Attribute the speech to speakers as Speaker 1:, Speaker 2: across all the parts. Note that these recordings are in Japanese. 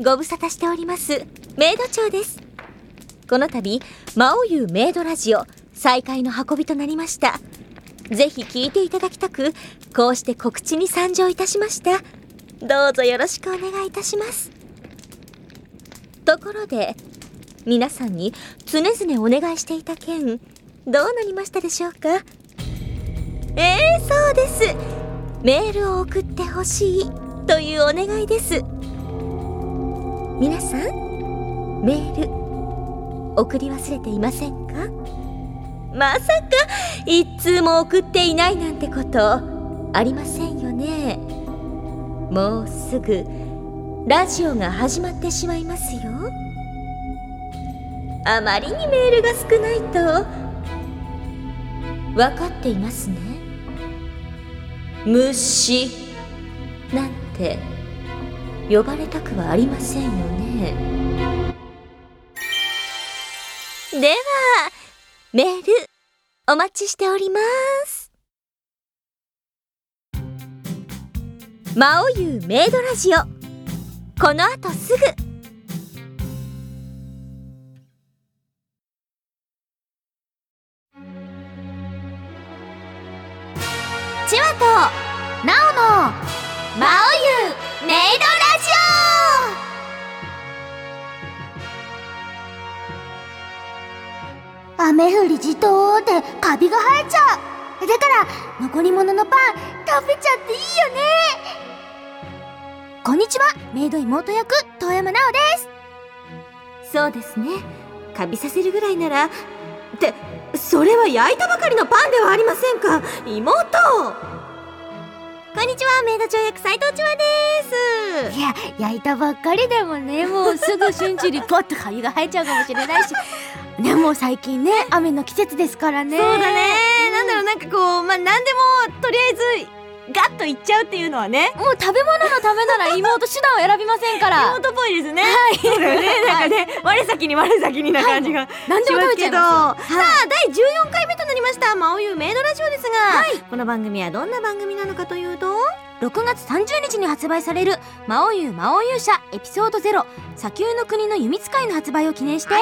Speaker 1: ご無沙汰しておりますメイド長ですこの度魔王優メイドラジオ再開の運びとなりましたぜひ聞いていただきたくこうして告知に参上いたしましたどうぞよろしくお願いいたしますところで皆さんに常々お願いしていた件どうなりましたでしょうかええそうですメールを送ってほしいというお願いです皆さんメール送り忘れていませんかまさか一通も送っていないなんてことありませんよねもうすぐラジオが始まってしまいますよあまりにメールが少ないと分かっていますね虫なんて呼ばれたくはありませんよねではメールお待ちしております魔王優メイドラジオこの後すぐ
Speaker 2: チワとナオのマオユメイドラジオ雨降りじとーってカビが生えちゃうだから残り物のパン食べちゃっていいよねこんにちはメイド妹役遠山奈
Speaker 1: そうですねカビさせるぐらいならってそれは焼いたばかりのパンではありませんか妹こんにちはメイド長役斉藤千和で
Speaker 2: 央ですいや焼いたばっかりでもねもうすぐ瞬時にポッとカビが生えちゃうかもしれないし ねもう最近ね雨の季節ですからね
Speaker 3: そうだね、なんだろうなんかこうまあ何でもとりあえずガッといっちゃうっていうのはね
Speaker 2: もう食べ物のためなら妹手段を選びませんから
Speaker 3: 妹っぽいですねはいそうだよねなんかね、我先に我先にな感じが、
Speaker 2: 何でも食べちゃいま
Speaker 3: しますけどさあ第14回目となりました「まおゆメイドラジオ」ですが、この番組はどんな番組なのかというと
Speaker 2: す6月30日に発売される「魔王優魔王勇者エピソード0砂丘の国の弓使い」の発売を記念して、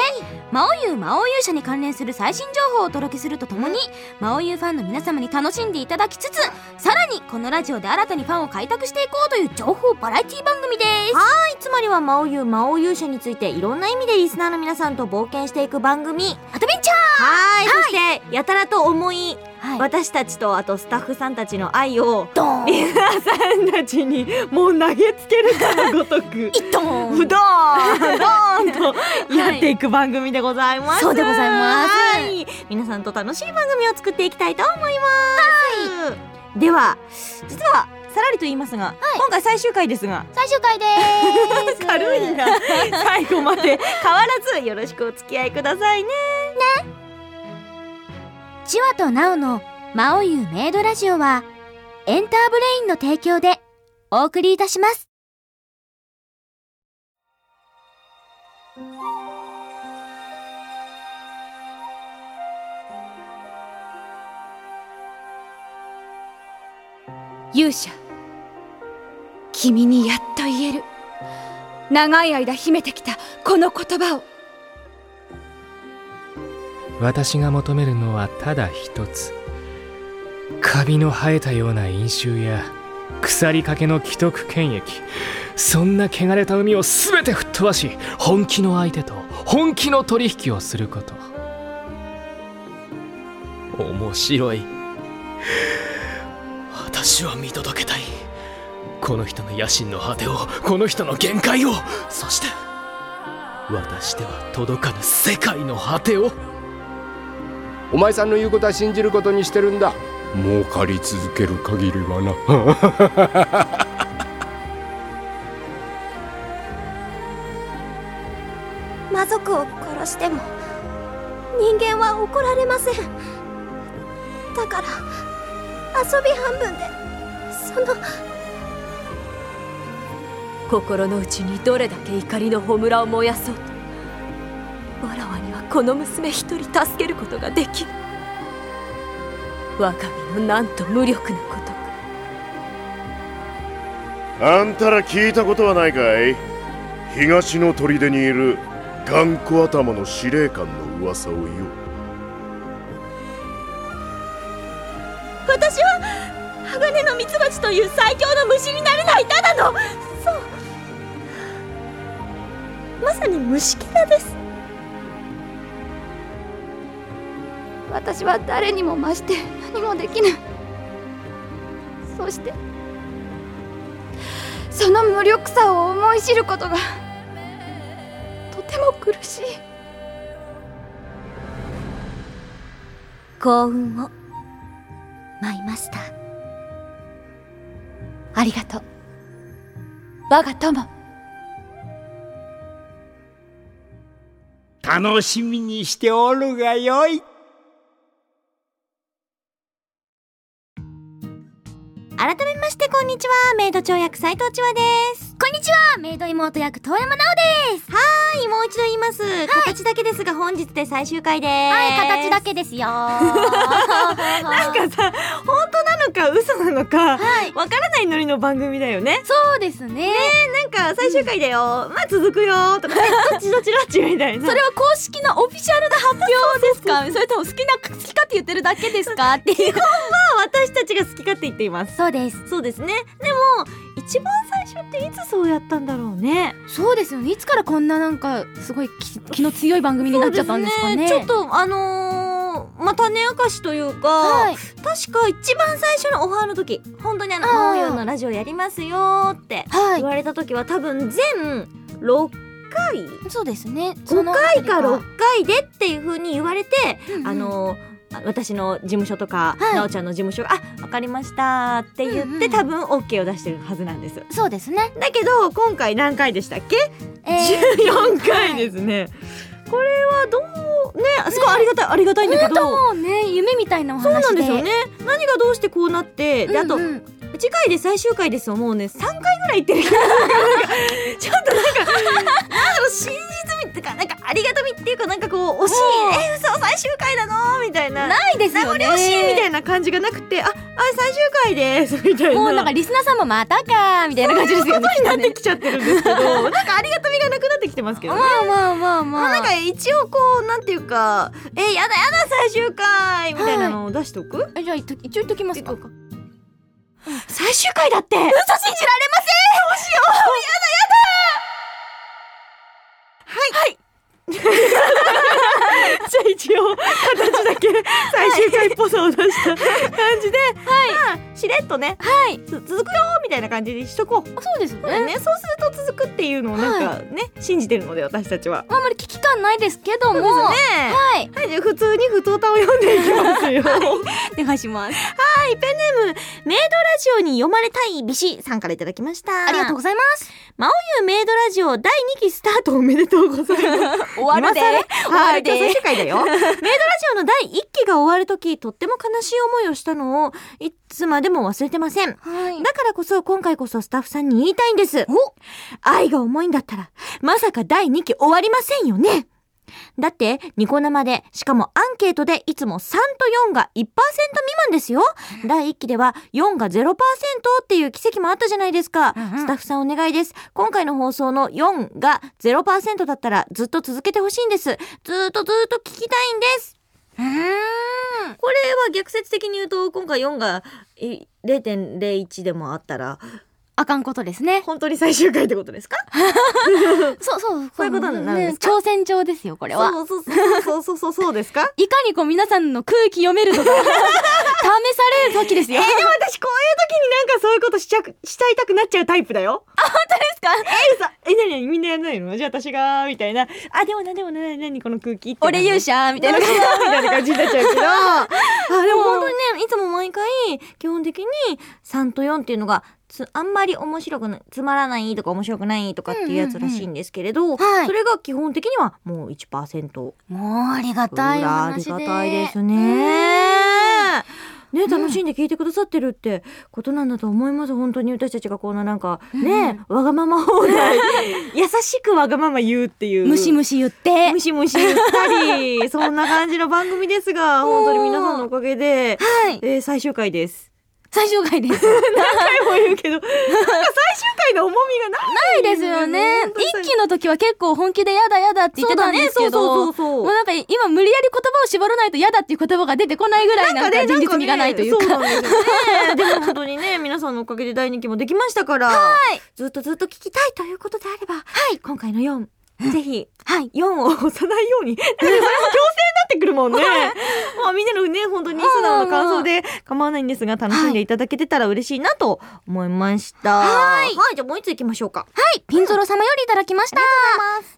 Speaker 2: 魔王優魔王勇者に関連する最新情報をお届けするとともに、魔王優ファンの皆様に楽しんでいただきつつさらにこのラジオで新たにファンを開拓していこうという情報バラエティ番組です
Speaker 3: はいつまりは「まおゆ魔王勇者」についていろんな意味でリスナーの皆さんと冒険していく番組
Speaker 2: アドベンチ
Speaker 3: はいそしてやたらと重い
Speaker 2: ャー、はい、
Speaker 3: 私たちとあとスタッフさんたちの愛を
Speaker 2: ドーン
Speaker 3: 皆 さんたちにもう投げつけるかのごとく
Speaker 2: 一ト
Speaker 3: うどん
Speaker 2: ン
Speaker 3: どーんとやっていく番組でございます、
Speaker 2: そうでございます
Speaker 3: はい皆さんと楽しい番組を作っていきたいと思います、では実はさらりと言いますが、今回最終回ですが
Speaker 2: 最終回でーす
Speaker 3: 軽いな 最後まで変わらずよろしくお付き合いくださいね
Speaker 2: チワとナオの魔王ゆうメイドラジオはエンターブレインの提供でお送りいたします。
Speaker 4: 勇者君にやっと言える長い間秘めてきたこの言葉を
Speaker 5: 私が求めるのはただ一つカビの生えたような飲酒や腐りかけの既得権益そんな汚れた海を全て吹っ飛ばし本気の相手と本気の取引をすること面白い私は見届けたいこの人の野心の果てをこの人の限界をそして私では届かぬ世界の果てを
Speaker 6: お前さんの言うことは信じることにしてるんだ儲かり続ける限りはな
Speaker 2: 魔族を殺しても人間は怒られませんだから遊び半分でその
Speaker 4: 心の内にどれだけ怒りの炎を燃やそうとわらわにはこの娘一人助けることができぬ我が身のなんと無力なことか
Speaker 7: あんたら聞いたことはないかい東の砦にいる頑固頭の司令官の噂をよ
Speaker 1: 私は鋼のミツバチという最強の虫になれないただのそうまさに虫キャラです
Speaker 8: 私は誰にも増して何もできぬそしてその無力さを思い知ることがとても苦しい
Speaker 1: 幸運をマイマスター
Speaker 8: ありがとう我が友
Speaker 9: 楽しみにしておるがよい
Speaker 2: 改めましてこんにちはメイド長役斉藤千和ですこんにちはメイド妹役遠山奈緒ですは
Speaker 3: はい、もう一度言います。形だけですが、本日で最終回です。
Speaker 2: い形だけです よなんか
Speaker 3: なんかさ、本当なのか嘘なのか、わからないノリの番組だよね。
Speaker 2: そうですね
Speaker 3: なんか最終回だよ、まあ続くよーとか、えどっちどっちどっちみたいな。
Speaker 2: それは公式のオフィシャルな発表ですかそれとも好きな好きかって言ってるだけですかっていう
Speaker 3: は私たちが好き勝手言っています。
Speaker 2: そうです
Speaker 3: そうですね。でも、一番最初っていつそうやったんだろうね。
Speaker 2: そうですよねいつからこんななんかすごい気気の強い番組になっちゃったんですかね
Speaker 3: そうですちょっとあのーまあ種明かしというか、
Speaker 2: はい
Speaker 3: 確か一番最初のオファーの時本当にあの「
Speaker 2: あー
Speaker 3: マオヨンのラジオやりますよ」って
Speaker 2: は
Speaker 3: 言われた時は多分全6回
Speaker 2: いそうですね
Speaker 3: 5回か
Speaker 2: そのあ
Speaker 3: 6回でっていうふうに言われて、
Speaker 2: たりはうんうん
Speaker 3: あのーあ私の事務所とか、
Speaker 2: はい
Speaker 3: なおちゃんの事務所が「あわかりました」って言って、
Speaker 2: うんうん
Speaker 3: 多分 OK を出してるはずなんです
Speaker 2: そうですね
Speaker 3: だけど今回何回でしたっけ
Speaker 2: え
Speaker 3: 14回ですね、これはどうねすごいありがたい、ありがたいんだけど、
Speaker 2: もうね夢みたいなお
Speaker 3: そう
Speaker 2: 話で
Speaker 3: なんですよね何がどうしてこうなって、であと
Speaker 2: うんうん
Speaker 3: 次回で最終回ですよもうね3回ぐら い行ってる気がするちょっとなんかなんだろう真実味っていうかなんかありがたみっていうかなんかこう惜しいえ嘘最終回だのみたいな
Speaker 2: ないです
Speaker 3: 名
Speaker 2: よ
Speaker 3: 残
Speaker 2: ね
Speaker 3: 惜しいみたいな感じがなくてああ最終回ですみたいな
Speaker 2: もうなんかリスナーさんもまたかーみたいな感じ ですよね。
Speaker 3: なってきちゃってるんですけどなんかありがたみがなくなってきてますけどね
Speaker 2: まあまあま
Speaker 3: まあ、なんか一応こうなんていうか「えやだやだ最終回」みたいなのを出しておく、
Speaker 2: じゃあいっと一応言っときますか。
Speaker 3: 最終回だって
Speaker 2: 嘘信じられま
Speaker 3: じゃあ一応形だけ最終回っぽさを出した感じで、まあしれっとね、はい、続くよーみたいな感じにしとこう、
Speaker 2: せん。そうです
Speaker 3: そうだ
Speaker 2: ね。
Speaker 3: ね、そうすると続くっていうのをなんかね、信じてるので私たちは。
Speaker 2: あんまり危機感ないですけども、
Speaker 3: ね
Speaker 2: はい。
Speaker 3: はい、じゃあ普通に普通歌を読んでいきますよ。
Speaker 2: お願いします。
Speaker 3: はい、ペンネームメイドラジオに読まれたい美子さんからいただきました。
Speaker 2: ありがとうございます。
Speaker 3: メイドラジオ第2期スタートおめでとうございます。
Speaker 2: 終わるで。
Speaker 3: 今
Speaker 2: 終わ
Speaker 3: はい
Speaker 2: る
Speaker 3: 今
Speaker 2: で。
Speaker 3: 日最終回だよ。メイドラジオの第1期が終わるとき、とっても悲しい思いをしたのを、いつまでも忘れてません。だ
Speaker 2: はい。
Speaker 3: からこそ、今回こそスタッフさんに言いたいんです。愛が重いんだったら、まさか第2期終わりませんよね。だって、ニコ生で、しかもアンケートでいつも3と4が1%未満ですよ。第1期では4が0%っていう奇跡もあったじゃないですか。
Speaker 2: うんうん
Speaker 3: スタッフさんお願いです。今回の放送の4が0%だったらずっと続けてほしいんです。ずーっとずーっと聞きたいんです。
Speaker 2: うーん。
Speaker 3: これは逆説的に言うと、今回4が0.01でもあったら、
Speaker 2: あかんことですね。
Speaker 3: 本当に最終回ってことですか
Speaker 2: そうそう。
Speaker 3: そういうことになるんですか
Speaker 2: ね挑戦状ですよ、これは。
Speaker 3: そうそうそうそうそうそうそうですか
Speaker 2: いかにこう皆さんの空気読めるのか 試される時ですよ。
Speaker 3: でも私こういう時になんかそういうことしちゃくしちゃいたくなっちゃうタイプだよ。あ本当ですか？えー、さえ何何みんなやらないの？じゃあ私がみたいな。あでもなでもな何何この空気って
Speaker 2: 俺勇
Speaker 3: 者
Speaker 2: 者みたいな。
Speaker 3: みたいな感じになっちゃうけど。あでも本当にねいつも毎回基本的に三と四っていうのがつあんまり面白くないつまらないとか面白くないとかっていうやつらしいんですけれど、
Speaker 2: はい
Speaker 3: それが基本的にはもう一パーセント。
Speaker 2: もうありが
Speaker 3: ほら
Speaker 2: たいお話で。
Speaker 3: ありがたいですね。ね、楽しんで聞いてくださってるってことなんだと思います、本当に私たちがこんななんか、ねわがまま放題 優しくわがまま言うっていう
Speaker 2: ムシムシ言って
Speaker 3: ム。シムシ言った りそんな感じの番組ですが本当に皆さんのおかげで、
Speaker 2: はい。
Speaker 3: えー最終回です
Speaker 2: 最終回です。
Speaker 3: も言うけ ど、なんか最終回の重みがない。
Speaker 2: ないですよね。一期の時は結構本気でやだやだって言ってたんですけど、
Speaker 3: そうそう
Speaker 2: もう。なんか今無理やり言葉を絞らないとやだっていう言葉が出てこないぐらいなんか現実味がないというか。
Speaker 3: そうなんですよね。でも本当にね、皆さんのおかげで第2期もできましたから、はい、ずっとずっと聞きたいということであれば、はい、今回の4、ぜひ、
Speaker 2: はい。
Speaker 3: 4を押さないよう に。だってそれも強制になってくるもんね。まあみんなのね、本当に素直な感想で構わないんですが、楽しんでいただけてたら嬉しいなと思いました。はい。はい、じゃあもう一つ行きましょうか。
Speaker 2: はい、ピンゾロ様よりいただきました。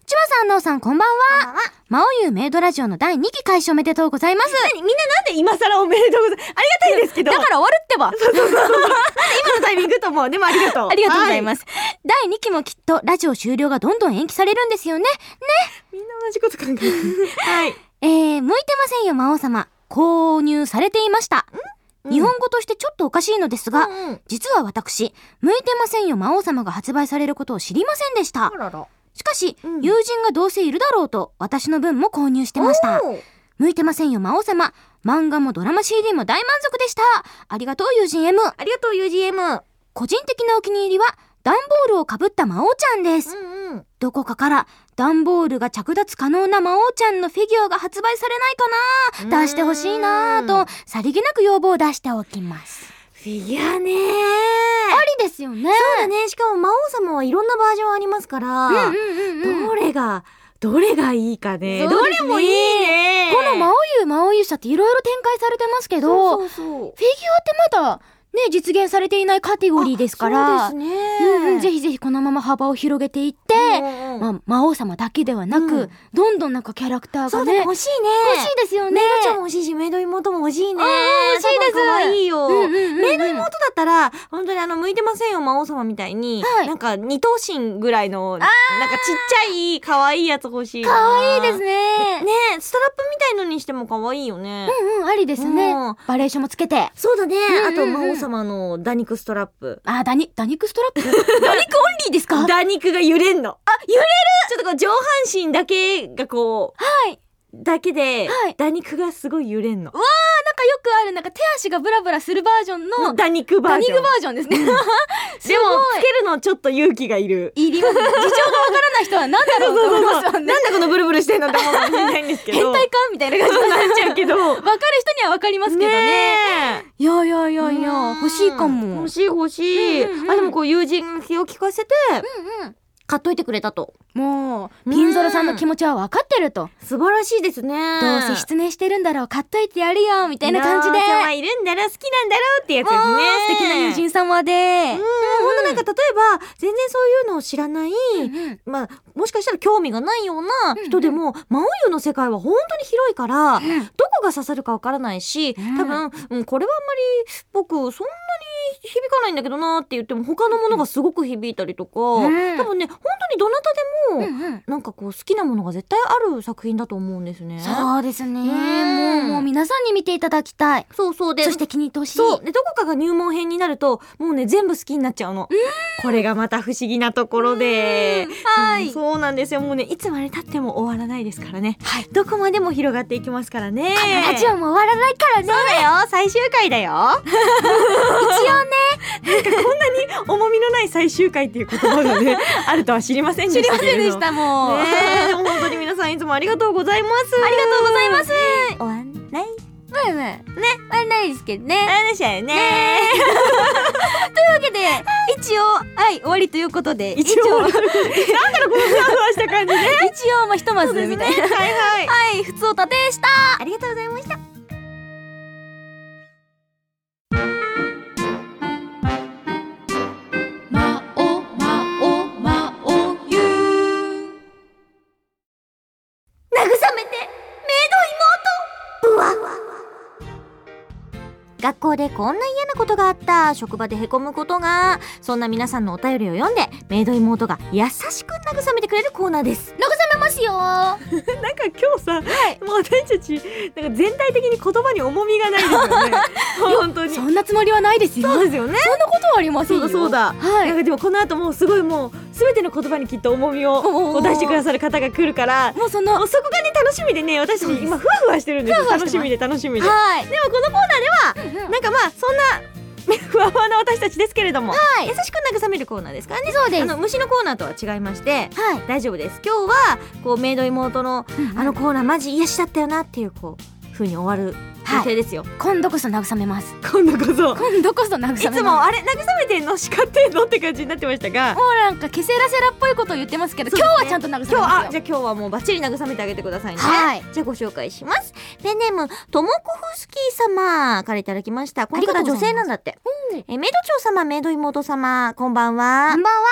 Speaker 2: 千葉さん、のうさん、こんばんは。魔王ゆメイドラジオの第2期開始おめでとうございます。
Speaker 3: みんななんで今更おめでとうございます。ありがたいですけど。
Speaker 2: だから終わるってば。
Speaker 3: 今のタイミングとも、でも ありがとう。
Speaker 2: ありがとうござい
Speaker 3: は
Speaker 2: ます。第2期もきっとラジオ終了がどんどん延期されるんですよね。
Speaker 3: い。みんな同じこと考えてる。はい。
Speaker 2: えー、向いてませんよ、魔王様。購入されていました。日本語としてちょっとおかしいのですが、
Speaker 3: うんうん
Speaker 2: 実は私、向いてませんよ、魔王様が発売されることを知りませんでした
Speaker 3: あ。らら。
Speaker 2: しかし、
Speaker 3: うん
Speaker 2: 友人がどうせいるだろうと、私の分も購入してました。
Speaker 3: おー
Speaker 2: 向いてませんよ、魔王様。漫画もドラマ CD も大満足でした。ありがとう、友人 M。
Speaker 3: ありがとう、UGM。
Speaker 2: 個人的なお気に入りは、段ボールをかぶった魔王ちゃんです。
Speaker 3: んうん。
Speaker 2: どこかから段ボールが着脱可能な魔王ちゃんのフィギュアが発売されないか
Speaker 3: うー
Speaker 2: なん出してほしいなぁと、さりげなく要望を出しておきます。
Speaker 3: フィギュアねー。
Speaker 2: ありですよね。
Speaker 3: そうだね。しかも、魔王様はいろんなバージョンありますから、
Speaker 2: うんうんうんうん。
Speaker 3: どれが、どれがいいかね。
Speaker 2: そ
Speaker 3: ど
Speaker 2: うで
Speaker 3: れ
Speaker 2: すね
Speaker 3: もいいね。
Speaker 2: この魔王優魔王優社っていろいろ展開されてますけど、
Speaker 3: そうそうそう。
Speaker 2: フィギュアってまだね、実現されていないカテゴリーですから、
Speaker 3: そううで
Speaker 2: んうん、
Speaker 3: す
Speaker 2: ぜ
Speaker 3: ね。
Speaker 2: ひぜひこのまま幅を広げていって、
Speaker 3: うんうん
Speaker 2: まあ、魔王様だけではなく、
Speaker 3: うん
Speaker 2: どんどんなんかキャラクター
Speaker 3: そ
Speaker 2: が
Speaker 3: うだね。
Speaker 2: ね、
Speaker 3: 欲しいね。
Speaker 2: 欲しいですよね
Speaker 3: メ。イドちゃんも欲しいし、メイド妹も欲しいね。
Speaker 2: 欲しいです
Speaker 3: 多分可愛いよ。
Speaker 2: うんうんうんうん
Speaker 3: メイド妹だったら、本当にあの、向いてませんよ、魔王様みたいに、
Speaker 2: はい
Speaker 3: なんか二頭身ぐらいの、なんかちっちゃい、可愛いやつ欲しいな。
Speaker 2: 可愛いですね。
Speaker 3: ねえ、ストラップみたいのにしても可愛いよね。
Speaker 2: うんうん、ありですね
Speaker 3: うん。
Speaker 2: バリエーションもつけて。
Speaker 3: そうだね。
Speaker 2: ん
Speaker 3: あと、
Speaker 2: うんうん
Speaker 3: 魔王様の打肉ストラップ。
Speaker 2: あ、ダニ、ダニクストラップ ダニクオンリーですか
Speaker 3: 打肉が揺れんの。あ、揺れるちょっとこう上半身だけがこう、
Speaker 2: はい。
Speaker 3: だけで、
Speaker 2: はい
Speaker 3: 打肉がすごい揺れんの。
Speaker 2: なんかよくある、なんか手足がブラブラするバージョンの、
Speaker 3: 打肉バ
Speaker 2: ダ
Speaker 3: ー
Speaker 2: ニ
Speaker 3: ジ
Speaker 2: ク
Speaker 3: ョン
Speaker 2: バ。ージョンですね。
Speaker 3: でも、つけるのちょっと勇気がいる。
Speaker 2: いります。事情がわからない人は何だろうと思います よね。
Speaker 3: なんだこのブルブルしてんのって思うかもしれないんですけ
Speaker 2: 変
Speaker 3: ど。
Speaker 2: 態かみたいな感じになっちゃうけ
Speaker 3: けど。
Speaker 2: ど。わかる人にはわかりますけどね。い
Speaker 3: え。
Speaker 2: やいやいやいや、
Speaker 3: うん
Speaker 2: 欲しいかも。
Speaker 3: 欲しい欲しい。
Speaker 2: うんうんうん
Speaker 3: あ、でもこう友人が気を利かせて、買っといてくれたと。
Speaker 2: もう、ピンゾロさんの気持ちは分かってると。
Speaker 3: 素晴らしいですね。
Speaker 2: どうせ失念してるんだろう、買っといてやるよ、みたいな感じで。も
Speaker 3: お
Speaker 2: う、
Speaker 3: 客様いるんだろ好きなんだろうってやつですね。
Speaker 2: 素敵な友人様で。
Speaker 3: うん、ほんとなんか例えば、全然そういうのを知らない、
Speaker 2: うん
Speaker 3: まあ、もしかしたら興味がないような人でも、魔王湯の世界は本当に広いから、どこが刺さるかわからないし、
Speaker 2: ん
Speaker 3: 多分、うん、これはあんまり僕、そんなに響かないんだけどなって言っても、他のものがすごく響いたりとか、
Speaker 2: ん
Speaker 3: 多分ね、本当にどなたでも、
Speaker 2: うんうん
Speaker 3: なんかこう好きなものが絶対ある作品だと思うんですね。
Speaker 2: そうですね。
Speaker 3: うん
Speaker 2: もう、もう皆さんに見ていただきたい。
Speaker 3: そうそうで
Speaker 2: そして気に入ってほしい。
Speaker 3: そう。で、どこかが入門編になると、もうね、全部好きになっちゃうの。これがまた不思議なところで。はい。そうなんですよ。もうね、いつまで経っても終わらないですからね。はい。どこまでも広がっていきますからね。
Speaker 2: ラジオも終わらないからね。
Speaker 3: そうだよ最終回だよ一応ねなんかこんなに重みのない最終回っていう言葉 がねあるとは知りません
Speaker 2: 知
Speaker 3: でし
Speaker 2: り
Speaker 3: た
Speaker 2: ま
Speaker 3: けれ
Speaker 2: せん
Speaker 3: ど
Speaker 2: でした、もう。
Speaker 3: ねえでも本当に皆さんいつもありがとうございますありがとうございます終わんない
Speaker 2: まあまあね。終わらないですけどね。
Speaker 3: 話だよね
Speaker 2: というわけで、一応、はい、終わりということで、
Speaker 3: 一応なんだろうこのふわふわした感じ ね
Speaker 2: 一応、まあ、ひとまずみたいな。
Speaker 3: はいはい
Speaker 2: はい、普通おたでした。
Speaker 3: ありがとうございました
Speaker 8: 慰めて
Speaker 3: 学校でこんな嫌なことがあった職場でへこむことがそんな皆さんのお便りを読んでメイド妹が優しく慰めてくれるコーナーです
Speaker 2: 慰めますよ。
Speaker 3: なんか今日さ、もう私たちなんか全体的に言葉に重みが ないですよね本当に
Speaker 2: そんなつもりはないですよ。
Speaker 3: そうですよね
Speaker 2: そんなことはありませんよ。
Speaker 3: そうだそう
Speaker 2: は
Speaker 3: なん
Speaker 2: い。
Speaker 3: かでもこの後もうすごいもう全ての言葉にきっと重みを
Speaker 2: おうおうおう
Speaker 3: こう出してくださる方が来るから
Speaker 2: もうそ
Speaker 3: も
Speaker 2: の、
Speaker 3: うそこがね楽しみでね私たち今ふわふわしてるんですよ
Speaker 2: ふわふわ
Speaker 3: 楽
Speaker 2: して
Speaker 3: し
Speaker 2: ます
Speaker 3: みで楽しみででも
Speaker 2: はい。
Speaker 3: このコーナーではなんかまあそんなふわふわな私たちですけれども、優しく慰めるコーナーですからね
Speaker 2: そうです
Speaker 3: あの虫のコーナーとは違いまして
Speaker 2: はい
Speaker 3: 大丈夫です今日はこうメイド妹の、あのコーナーマジ癒しだったよなっていうこう風に終わる予定ですよ、
Speaker 2: 今度こそ慰めます
Speaker 3: 今度こそ
Speaker 2: 今度こそ慰めます
Speaker 3: いつもあれ慰めてんの叱ってんのって感じになってましたが
Speaker 2: もうなんかケセラセラっぽいことを言ってますけど、
Speaker 3: そうで
Speaker 2: 今
Speaker 3: すね
Speaker 2: 日はちゃんと慰めますよ
Speaker 3: 今日あじゃあ今日はもうバッチリ慰めてあげてくださいね
Speaker 2: はい
Speaker 3: じゃあご紹介しますペンネームともこふすき様からいただきましたこの
Speaker 2: あ
Speaker 3: 方
Speaker 2: りがとう
Speaker 3: 女
Speaker 2: ござ
Speaker 3: 性
Speaker 2: いま
Speaker 3: な
Speaker 2: す
Speaker 3: んだってえーメイド長様メイド妹様こんばんは
Speaker 2: こんばんは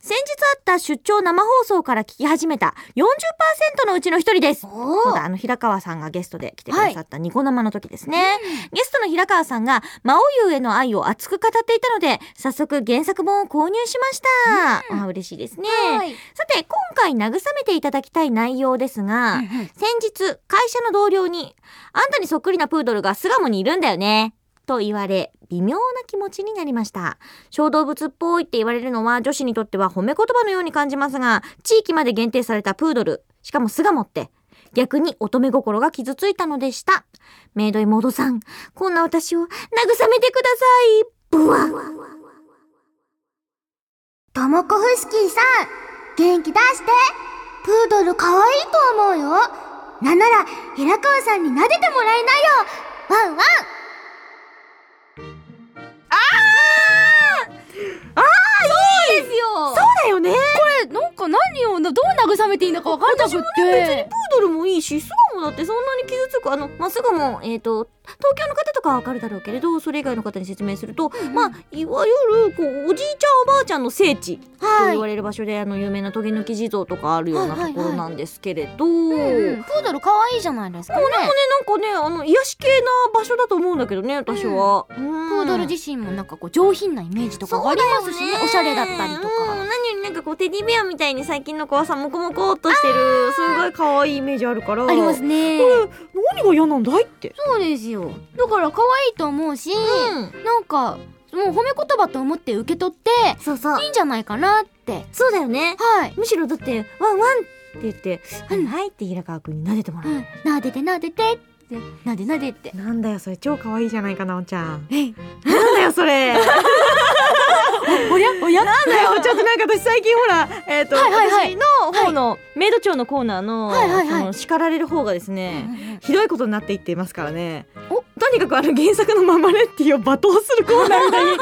Speaker 3: 先日あった出張生放送から聞き始めた40%のうちの一人です
Speaker 2: おー
Speaker 3: そうだあの平川さんがゲストで来てくださったニコ生の時ですね、ゲストの平川さんが魔王優への愛を熱く語っていたので早速原作本を購入しました、あ嬉しいですね、
Speaker 2: はい
Speaker 3: さて今回慰めていただきたい内容ですが、先日会社の同僚に「あんたにそっくりなプードルが巣鴨にいるんだよね」と言われ微妙な気持ちになりました小動物っぽいって言われるのは女子にとっては褒め言葉のように感じますが地域まで限定されたプードルしかも巣鴨って逆に乙女心が傷ついたのでしたメイド妹さんこんな私を慰めてくださいブワン
Speaker 10: ともこふすきさん、元気出して。プードル可愛いと思うよ。なんなら、平川さんに撫でてもらいなよ。ワンワン。
Speaker 2: そう
Speaker 3: だよね
Speaker 2: でなんか何をどう慰めていいのか分からなくって
Speaker 3: プードルもいいし巣鴨だってそんなに傷つくあのまあ巣鴨えっ、と東京の方とかはわかるだろうけれどそれ以外の方に説明すると、まあいわゆるこうおじいちゃんおばあちゃんの聖地と
Speaker 10: はい
Speaker 3: 言われる場所で、あの有名なトゲ抜き地蔵とかあるような
Speaker 2: はいはいは
Speaker 3: と
Speaker 2: い
Speaker 3: ころなんですけれど、
Speaker 2: うんプードル可愛いじゃないですかね
Speaker 3: これなんかねあの癒し系な場所だと思うんだけどね私は、
Speaker 2: プ
Speaker 3: プ
Speaker 2: ードル自身もなんかこう上品なイメージとかがありますしねおしゃれだったりとか
Speaker 3: うん何よりなんかこうテディベアみたいに最近の子はさモコモコっとしてるすごい可愛いイメージあるから
Speaker 2: ありますね
Speaker 3: 何が嫌なんだいって
Speaker 2: そうですよだから可愛いと思うし、
Speaker 3: うん
Speaker 2: なんかもう褒め言葉と思って受け取って
Speaker 3: そうそう
Speaker 2: いいんじゃないかなって
Speaker 3: そうだよね
Speaker 2: はい、
Speaker 3: むしろだって「ワンワン」って言って「はいはい」って平川君に撫でてもら
Speaker 2: う
Speaker 3: う、
Speaker 2: ん、撫でて撫でてって撫で撫でって
Speaker 3: なんだよそれ超可愛いじゃないかなおちゃんなんだよそれ
Speaker 2: おやおや
Speaker 3: なんだよちょっとなんか私最近ほらえっ、と、
Speaker 2: はいはいはい
Speaker 3: 私の方の、メイド長のコーナーの,、
Speaker 2: はいはいはい
Speaker 3: その叱られる方がですね、ひどいことになっていっていますからね
Speaker 2: お
Speaker 3: とにかくあの原作のママレッティを罵倒するコーナーみたいに なっ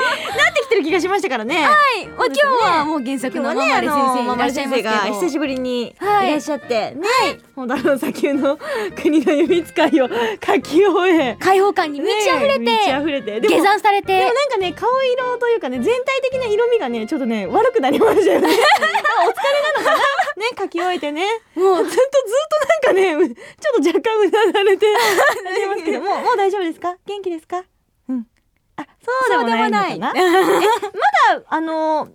Speaker 3: てきてる気がしましたからねはい、まあ、今日
Speaker 2: まあもう原作
Speaker 3: 今日
Speaker 2: の
Speaker 3: は
Speaker 2: ママ
Speaker 3: ね、
Speaker 2: レ
Speaker 3: あ
Speaker 2: 先生に
Speaker 3: の
Speaker 2: いら
Speaker 3: ママ
Speaker 2: っしゃい
Speaker 3: 先
Speaker 2: ます
Speaker 3: 生
Speaker 2: けど
Speaker 3: が久しぶりにい
Speaker 2: はい
Speaker 3: らっしゃって、ね、本田の砂丘の国の弓使いを書き終え、ね、
Speaker 2: 開放感に満ち溢れて、
Speaker 3: 満ち溢れてでも
Speaker 2: 下山され
Speaker 3: で
Speaker 2: て
Speaker 3: もなんかね顔色というかね全体的な色味がねちょっとね悪くなりましたよ ねお疲れなのかなね書き終えてねもうずっとずっとなんかねちょっと若干うなだ れてなりますけどもうもう大丈夫ですか元気ですかうんあそうでもないのかなえまだあの本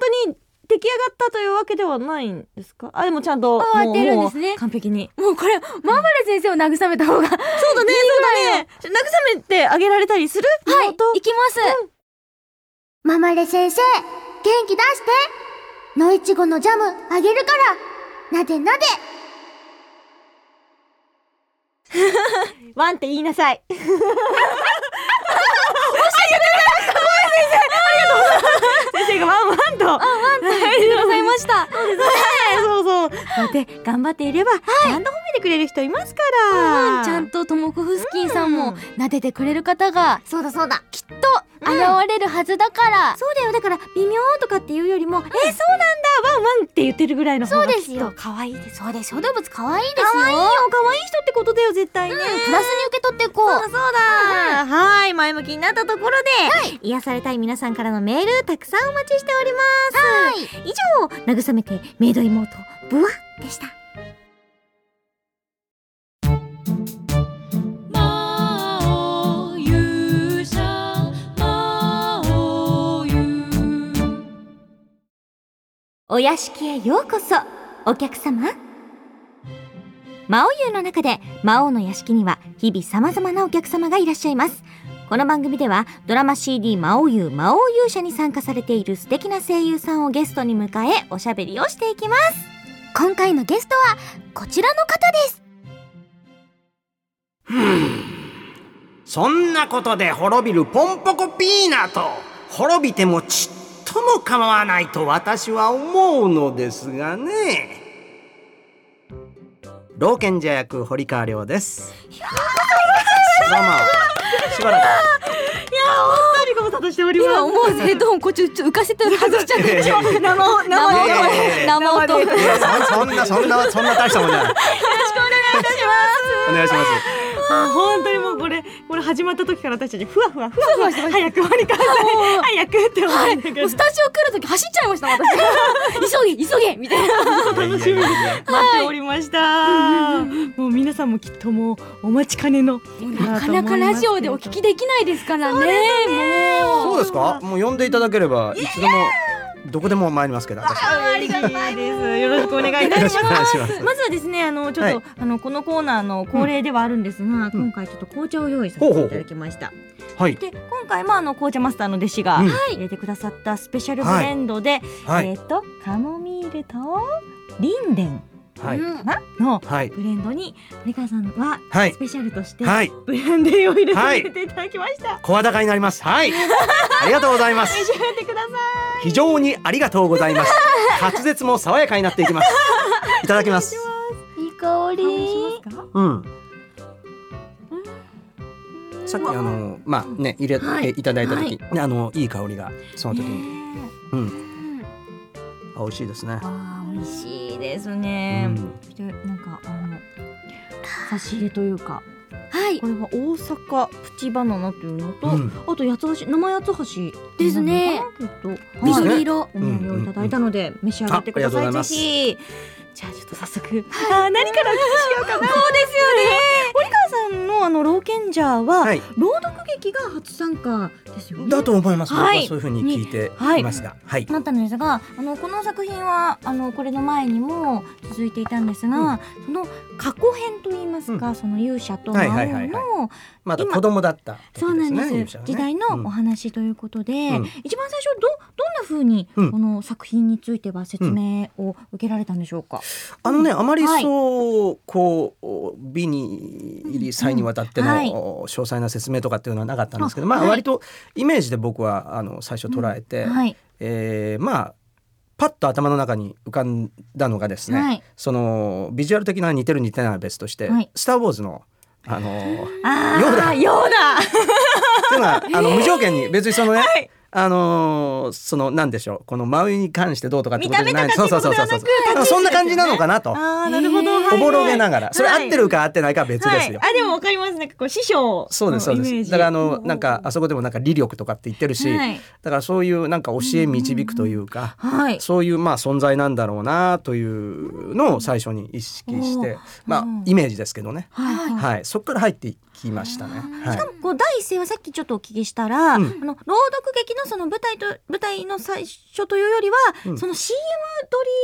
Speaker 3: 当に出来上がったというわけではないんですかあでもちゃんと
Speaker 2: あ終わ
Speaker 3: もう
Speaker 2: ってるんですね
Speaker 3: もう完璧に
Speaker 2: もうこれマーバレ先生を慰めた方がそう
Speaker 3: そうだねそうだね慰めてあげられたりする
Speaker 2: はい
Speaker 3: 妹
Speaker 2: 行きます、
Speaker 10: ママレ先生、元気出して。野いちごのジャムあげるから。なでなで。
Speaker 3: ワンって言いなさい。教えてください。ごめん先生、ありがとう。先生がワンワンと。ワンワンと。ありがとうございました。そうですね。そうそう。こうやって頑張っていれば、ちゃんと褒めてくれる人いますから。
Speaker 2: ちゃん
Speaker 3: と。
Speaker 2: とトモコフスキーさん
Speaker 3: う
Speaker 2: も
Speaker 3: ん
Speaker 2: 撫でてくれる方が
Speaker 10: そうだそうだ。
Speaker 2: 現れるはずだから、
Speaker 3: そうだよ。だから微妙とかっていうよりも、えそうなんだワンワンって言ってるぐらいの方が
Speaker 2: そうで
Speaker 3: き
Speaker 2: す
Speaker 3: っ
Speaker 2: よ
Speaker 3: と可愛いです。
Speaker 2: そうです小動物可愛いですよ
Speaker 3: 可愛いよ。可愛い人ってことだよ絶対ね。
Speaker 2: うんプラスに受け取ってこう
Speaker 3: そうだそうだ、はい前向きになったところで、癒されたい皆さんからのメールたくさんお待ちしております以上慰めてメイド妹ブワでしたお屋敷へようこそお客様魔王湯の中で魔王の屋敷には日々様々なお客様がいらっしゃいます。この番組ではドラマ CD 魔王湯魔王勇者に参加されている素敵な声優さんをゲストに迎えおしゃべりをしていきます。
Speaker 10: 今回のゲストは、こちらの方です。
Speaker 11: そんなことで滅びるポンポコピーナと滅びてもちっとも構わないと私は思うのですがね老賢者役堀川亮ですどうもしばらく
Speaker 2: いや本当にご無沙汰しております今思わずヘッドホンこっち浮かせて外しちゃっ
Speaker 11: いや
Speaker 2: て
Speaker 11: いやいや
Speaker 2: 生音生音生音よろしくお願いい
Speaker 11: いやそんそんなそんなそんな大したもんじゃない
Speaker 2: たします
Speaker 11: お願いします
Speaker 3: あ本当にもうこれこれ始まった時から私たちふわふわふわふわしてました早く折り返さない早くって思
Speaker 2: はいい、
Speaker 3: な
Speaker 2: もうスタジオ来る時走っちゃいました私 急げ急げみたいな
Speaker 3: 楽しみに待っておりましたもう皆さんもきっともうお待ちかねの
Speaker 2: なかなかラジオでお聞きできないですからねもう
Speaker 11: そうですかもう呼んでいただければいつでもどこでも参りますけど私
Speaker 3: ありがたいですよろしくお願いいたし
Speaker 11: よろしくお願
Speaker 3: ま
Speaker 11: い
Speaker 3: す
Speaker 11: します
Speaker 3: まずはですねあのちょっと、
Speaker 11: はい
Speaker 3: あのこのコーナーの恒例ではあるんですが、今回ちょっと紅茶を用意させていただきました、
Speaker 11: はい
Speaker 3: で今回もあの紅茶マスターの弟子が
Speaker 11: うん
Speaker 3: 入れてくださったスペシャルブレンドで、
Speaker 11: はい
Speaker 3: えっ、とカモミールとリンデン
Speaker 11: はい
Speaker 3: かなの
Speaker 11: はい
Speaker 3: ブレンドに堀川さんは
Speaker 11: はい
Speaker 3: スペシャルとして
Speaker 11: はい
Speaker 3: ブレンデンを入れ
Speaker 11: は
Speaker 3: さ
Speaker 11: い
Speaker 3: せていただきました、
Speaker 11: 声高になりますはいありがとうございます
Speaker 3: 召し上がってください
Speaker 11: 非常にありがとうございます滑舌も爽やかになっていきますいただきます
Speaker 1: いい香り
Speaker 11: うんさっきあのまあね入れ
Speaker 1: はい
Speaker 11: ていただいた
Speaker 1: はい
Speaker 11: 時、ねあのいい香りがその時に、うんあ美味しいですね
Speaker 3: あー美味しいですね。
Speaker 11: うん
Speaker 3: そしてなんかあ の差し入れというか。はい、これは大阪プチバナナというのと、
Speaker 11: うん
Speaker 3: あと八つ橋生八つ橋ですね。きっと
Speaker 11: ですね
Speaker 3: はいお土
Speaker 11: うん
Speaker 3: 産をいただいたので召し上がってくださ
Speaker 11: ああ
Speaker 3: い
Speaker 11: りがとうござい
Speaker 3: ぜひ。
Speaker 11: ます
Speaker 3: じゃあちょっと早速、あー何からお聞きしようかな。
Speaker 2: そうですよね。
Speaker 3: 堀川さんのあの老賢者は、
Speaker 11: はい
Speaker 3: 朗読劇が初参加ですよね。
Speaker 11: だと思います、
Speaker 3: はい
Speaker 11: 僕はそういうふうに聞いていますがはい、
Speaker 3: なったのですがあのこの作品はあのこれの前にも続いていたんですが、その過去編といいますか、その勇者と魔王の、
Speaker 11: はいはいはいはまだ子供だった
Speaker 3: そうなんです
Speaker 11: 勇者はね
Speaker 3: 時代のお話ということで、
Speaker 11: うん
Speaker 3: 一番最初どどんな風に、
Speaker 11: うん
Speaker 3: この作品については説明を受けられたんでしょうか、
Speaker 11: あのねあまり
Speaker 3: はい
Speaker 11: そう、こう美に入り際にわたっての、
Speaker 3: うんはい
Speaker 11: 詳細な説明とかっていうのはなかったんですけど
Speaker 3: あ
Speaker 11: まあ、
Speaker 3: はい
Speaker 11: 割とイメージで僕はあの最初捉えて、
Speaker 3: はい
Speaker 11: えーまあパッと頭の中に浮かんだのがですね、
Speaker 3: はい
Speaker 11: そのビジュアル的な似てる似てないは別として「
Speaker 3: はい
Speaker 11: スター・ウォーズの」あのーって
Speaker 3: あーヨーダ
Speaker 11: いうのはあの無条件に別にそのね、あのーそのなんでしょうこの真上に関してどうとかってことじゃない
Speaker 3: 見た目とかっていうことではなく
Speaker 11: そうそうそうそうそんな感じなのかなと。
Speaker 3: あーなるほど、はい
Speaker 11: おぼろげながら、それ合ってる
Speaker 3: か
Speaker 11: か合ってないかは別ですよ。
Speaker 3: はい、あでもわかりますなんかこう師匠
Speaker 11: そうですそう
Speaker 3: のイメー
Speaker 11: です。
Speaker 3: ジ
Speaker 11: だからあのなんかあそこでもなんか理力とかって言ってるし、
Speaker 3: はい
Speaker 11: だからそういうなんか教え導くというか、
Speaker 3: はい
Speaker 11: そういうまあ存在なんだろうなというのを最初に意識して、まあイメージですけどね。
Speaker 3: はいはい
Speaker 11: はい、そこから入っていきましたね。はい。
Speaker 3: こう第一声はさっきちょっとお聞きしたら、
Speaker 11: うん
Speaker 3: あの朗読劇のその舞台と舞台の最初というよりは、
Speaker 11: うん
Speaker 3: その CM 撮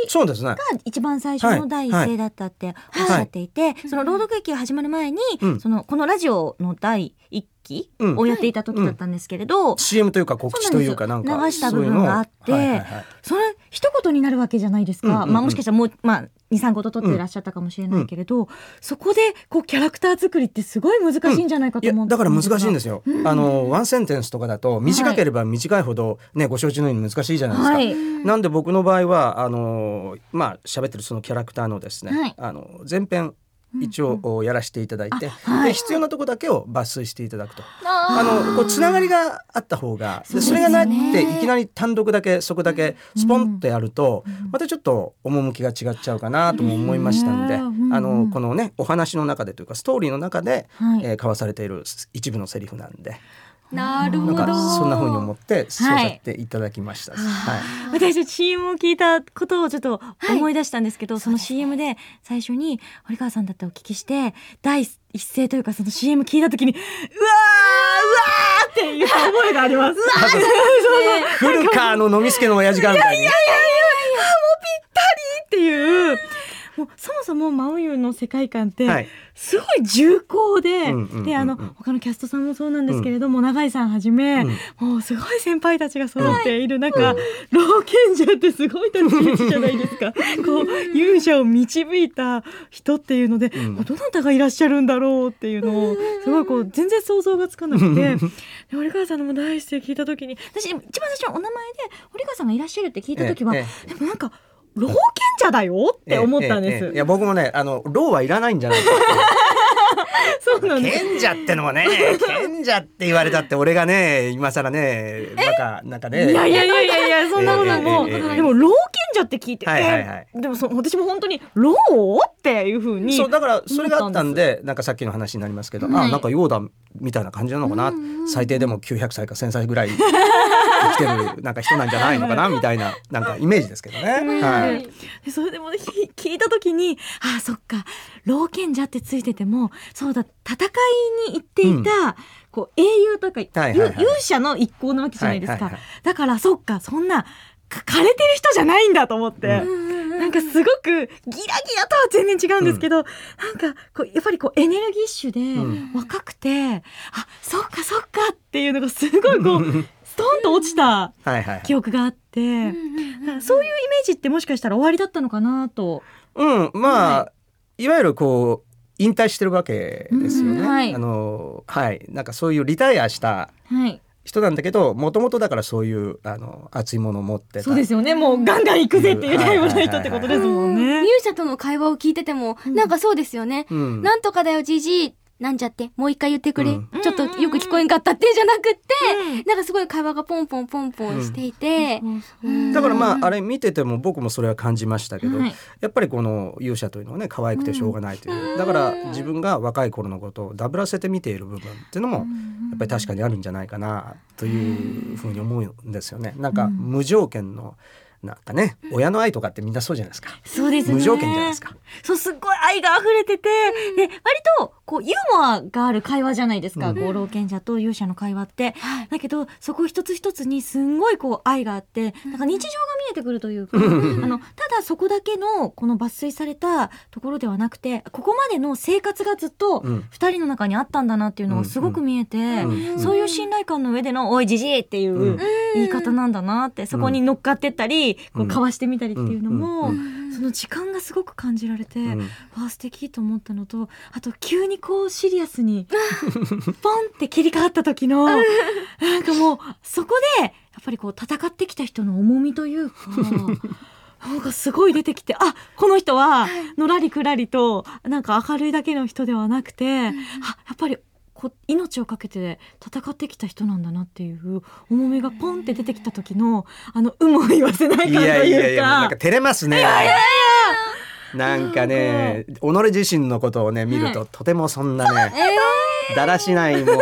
Speaker 11: そ
Speaker 3: り
Speaker 11: うですね
Speaker 3: が。一番最初の第一声だったっておっしゃっていて、その朗読劇が始まる前に、
Speaker 11: うん
Speaker 3: そのこのラジオの第一期
Speaker 11: うん
Speaker 3: をやっていた時だったんですけれど、
Speaker 11: CM というか告知というかなんか
Speaker 3: 流した
Speaker 11: そう
Speaker 3: 部
Speaker 11: いうの
Speaker 3: 分
Speaker 11: を
Speaker 3: があって、
Speaker 11: はいはいはい
Speaker 3: それ一言になるわけじゃないですか、
Speaker 11: うんうんうん
Speaker 3: まあ、もしかしたらもう、まあ、23個と撮っていらっしゃったかもしれないけれど、そこでこうキャラクター作りってすごい難しいんじゃないかと思うん
Speaker 11: だから難しいんですよ。
Speaker 3: うん
Speaker 11: あのワンセンテンスとかだと短ければ短いほどねご承知のように難しいじゃないですか。
Speaker 3: はい
Speaker 11: なんで僕の場合はあのまあ喋ってるそのキャラクターのですね、
Speaker 3: はい
Speaker 11: あの前編一応やらせていただいて、
Speaker 3: はい
Speaker 11: で必要なとこだけを抜粋していただくと。
Speaker 3: あ
Speaker 11: あのこうつながりがあった方がでそれがなくていきなり単独だけそこだけスポンってやると、またちょっと趣が違っちゃうかなとも思いましたんで、あのこのねお話の中でというかストーリーの中で、
Speaker 3: はい
Speaker 11: えー交わされている一部のセリフなんで
Speaker 3: なる
Speaker 11: な
Speaker 3: ほど
Speaker 11: んかそんな風に思ってそうさせていただきました。はい
Speaker 3: 私たち CM を聞いたことをちょっと思い出したんですけど、その CM で最初に堀川さんだってお聞きして第一声というかその CM 聞いた時にうわーうわーって言 った覚えがあります。うわーそうそう
Speaker 11: 古川の飲みすけの親父がみたいに
Speaker 3: いやいやいやいやもうぴったりっていうもうそもそも真央優の世界観って、
Speaker 11: はい
Speaker 3: すごい重厚で、
Speaker 11: うんうんうんうん
Speaker 3: であの他のキャストさんもそうなんですけれども、永井さんはじめ、もうすごい先輩たちが揃っている中、老賢者ってすごい立ち位置じゃないです かこう勇者を導いた人っていうので、
Speaker 12: うん
Speaker 3: こうどなたがいらっしゃるんだろうっていうのをすごいこう全然想像がつかなくて。で堀川さんのも大好きで聞いた時に私一番最初のお名前で堀川さんがいらっしゃるって聞いた時は、
Speaker 11: えええ
Speaker 3: でもなんか老賢者だよって思ったんです、
Speaker 11: ええええいや僕もねあのローはいらないんじゃないか
Speaker 3: そうなんです
Speaker 11: 賢者ってのもね賢者って言われたって俺がね今更ねバカなんかね
Speaker 3: いやいやいやいやいやそんなことはもう、
Speaker 11: ええええええ
Speaker 3: でも老賢者って聞いて、
Speaker 11: はいはいはい
Speaker 3: えでもそ私も本当に老っていうふうに
Speaker 11: そうだからそれがあった
Speaker 3: 思
Speaker 11: ん
Speaker 3: たす
Speaker 11: でなんかさっきの話になりますけど、
Speaker 3: はい
Speaker 11: あなんかヨーダみたいな感じなのかな、最低でも900歳か1000歳ぐらい生き てるなんか人なんじゃないのかなみたいななんかイメージですけどね。は
Speaker 3: はい
Speaker 11: い、、
Speaker 3: でそれでもねひ聞いた時にああそっか老賢者ってついててもそうだ戦いに行っていた、こう英雄というか、
Speaker 12: はいはいはい
Speaker 3: ゆ勇者の一行なわけじゃないですか、
Speaker 12: はいはいは
Speaker 3: だからそっかそんなか枯れてる人じゃないんだと思って、なんかすごくギラギラとは全然違うんですけど、なんかこうやっぱりこうエネルギッシュで、
Speaker 12: うん
Speaker 3: 若くてあそっかそっかっていうのがすごいこ うストンと落ちた
Speaker 11: はいはい
Speaker 3: 記憶があって、だからそういうイメージってもしかしたら終わりだったのかなと。
Speaker 11: うんまあ、い、わゆるこう引退してるわけですよね。
Speaker 3: うんはい
Speaker 11: あのはいなんかそういうリタイアした
Speaker 3: はい。
Speaker 11: 人なんだけどもともとだからそういうあの熱いものを持ってた
Speaker 3: そうですよね。もうガンガン行くぜっていうタイプの人ってことですもんね。
Speaker 2: 勇者との会話を聞いてても、なんかそうですよね、
Speaker 11: うん
Speaker 2: なんとかだよじじいなんちゃってもう一回言ってくれ、ちょっとよく聞こえんかったってじゃなくって、なんかすごい会話がポンポンポンポンしていて、うん
Speaker 11: だからまああれ見てても僕もそれは感じましたけど、
Speaker 2: はい
Speaker 11: やっぱりこの勇者というのはね可愛くてしょうがないという、
Speaker 2: うん
Speaker 11: だから自分が若い頃のことをダブらせて見ている部分っていうのもやっぱり確かにあるんじゃないかなというふうに思うんですよね。なんか無条件のなんかね親の愛とかってみんなそうじゃないですか。
Speaker 3: そうですね。
Speaker 11: 無条件じゃないですか。
Speaker 3: か。そう、すっごい愛が溢れてて、で、割と、こう、ユーモアがある会話じゃないですか。
Speaker 12: うん
Speaker 3: こう老賢者と勇者の会話って。だけど、そこ一つ一つにすんごいこう、愛があって、なんか日常が見えてくるというか、あ
Speaker 12: うん
Speaker 3: の、ただそこだけの、この抜粋されたところではなくて、ここまでの生活がずっと
Speaker 12: うん、
Speaker 3: 二人の中にあったんだなっていうのがすごく見えて
Speaker 12: うんう、ん
Speaker 3: そういう信頼感の上での、おい、じじいっていう言い方なんだなって、そこに乗っかってったり、こう、かわしてみたりっていうのも、その時間がすごく感じられて、
Speaker 12: ん
Speaker 3: わあ素敵と思ったのとあと急にこうシリアスに ポンって切り替わった時のなんかもうそこでやっぱりこう戦ってきた人の重みという か。なんかすごい出てきてあこの人はのらりくらりとなんか明るいだけの人ではなくて、あやっぱりこう命をかけて戦ってきた人なんだなっていう重みがポンって出てきた時のあの有無を言わせない感というか。
Speaker 11: やいやいやもうなんか照れますね。
Speaker 3: いやいやいや
Speaker 11: なんかね己自身のことをね見ると、とてもそんなね、だらしないも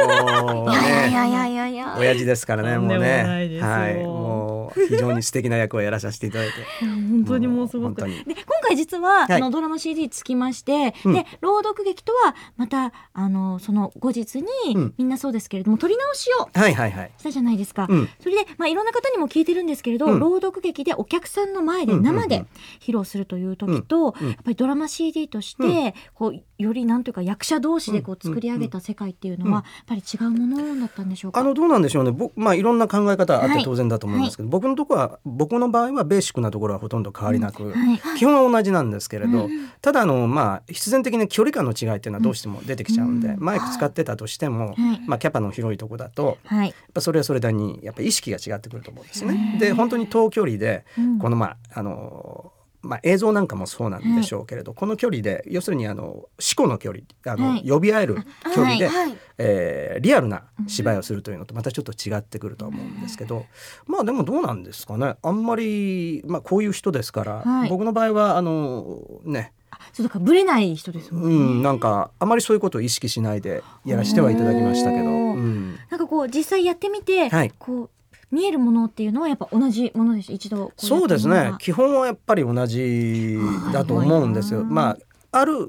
Speaker 11: うね。
Speaker 2: いやいやいやいや
Speaker 11: 親父ですからね、もう
Speaker 3: とんでもないで
Speaker 11: ね。
Speaker 3: すよ
Speaker 11: はい、もう非常に素敵な役をやらさせていただいて。
Speaker 3: いや本当にもうすご
Speaker 11: 本
Speaker 3: く
Speaker 11: 当に
Speaker 3: で今回実は、
Speaker 11: はい
Speaker 3: あのドラマ CD つきまして、
Speaker 11: うん
Speaker 3: で朗読劇とはまたあのその後日に、
Speaker 11: うん
Speaker 3: みんなそうですけれども撮り直しを
Speaker 11: はいはいはい。
Speaker 3: したじゃないですか、
Speaker 11: うん
Speaker 3: それで、まあ、いろんな方にも聞いてるんですけれど、
Speaker 11: うん
Speaker 3: 朗読劇でお客さんの前
Speaker 12: う
Speaker 3: で
Speaker 12: んうんうん
Speaker 3: 生で披露するという時と、
Speaker 12: うんうん
Speaker 3: やっぱりドラマ CD として、
Speaker 12: う
Speaker 3: こうよりなんというか役者同士でこう
Speaker 11: うんうん
Speaker 3: 作り上げた世界っていうのは、
Speaker 11: うん
Speaker 3: やっぱり違うものだったんでしょうか
Speaker 11: あのどうなんでしょうね。僕まあいろんな考え方あっ
Speaker 3: は
Speaker 11: て
Speaker 3: い
Speaker 11: 当然だと思うんですけど、僕のとこは僕の場合はベーシックなところはほとんど変わりなく、
Speaker 3: はい
Speaker 11: 基本は同じなんですけれど、
Speaker 3: うん
Speaker 11: ただあのまあ必然的な距離感の違いっていうのはどうしても出てきちゃうんで、
Speaker 3: うん
Speaker 11: マイク使ってたとしても、
Speaker 3: はい
Speaker 11: まあキャパの広いとこだと。
Speaker 3: はい、
Speaker 11: やっぱそれはそれだにやっぱ意識が違ってくると思うんです
Speaker 3: へ
Speaker 11: ね
Speaker 3: ー。
Speaker 11: で本当に遠距離で、
Speaker 3: うん
Speaker 11: このまああのまあ、映像なんかもそうなんでしょうけれど、この距離で要するにあの四股の距離あの、
Speaker 3: はい
Speaker 11: 呼び合える距離で、
Speaker 3: はいはい
Speaker 11: えーリアルな芝居をするというのとまたちょっと違ってくると思うんですけど、まあでもどうなんですかねあんまり、まあ、こういう人ですから、
Speaker 3: はい
Speaker 11: 僕の場合はあのね
Speaker 3: そうだからブレない人ですもんね、
Speaker 11: うん、なんかあまりそういうことを意識しないでやらせてはいただきましたけど、
Speaker 3: おー
Speaker 11: うん、
Speaker 3: なんかこう実際やってみて、
Speaker 11: はい
Speaker 3: こう見えるものっていうのはやっぱ同じものです一度こやっ
Speaker 11: そう
Speaker 3: て
Speaker 11: で
Speaker 3: み
Speaker 11: す
Speaker 3: れば
Speaker 11: ね基本はやっぱり同じだと思うんですよ。まあある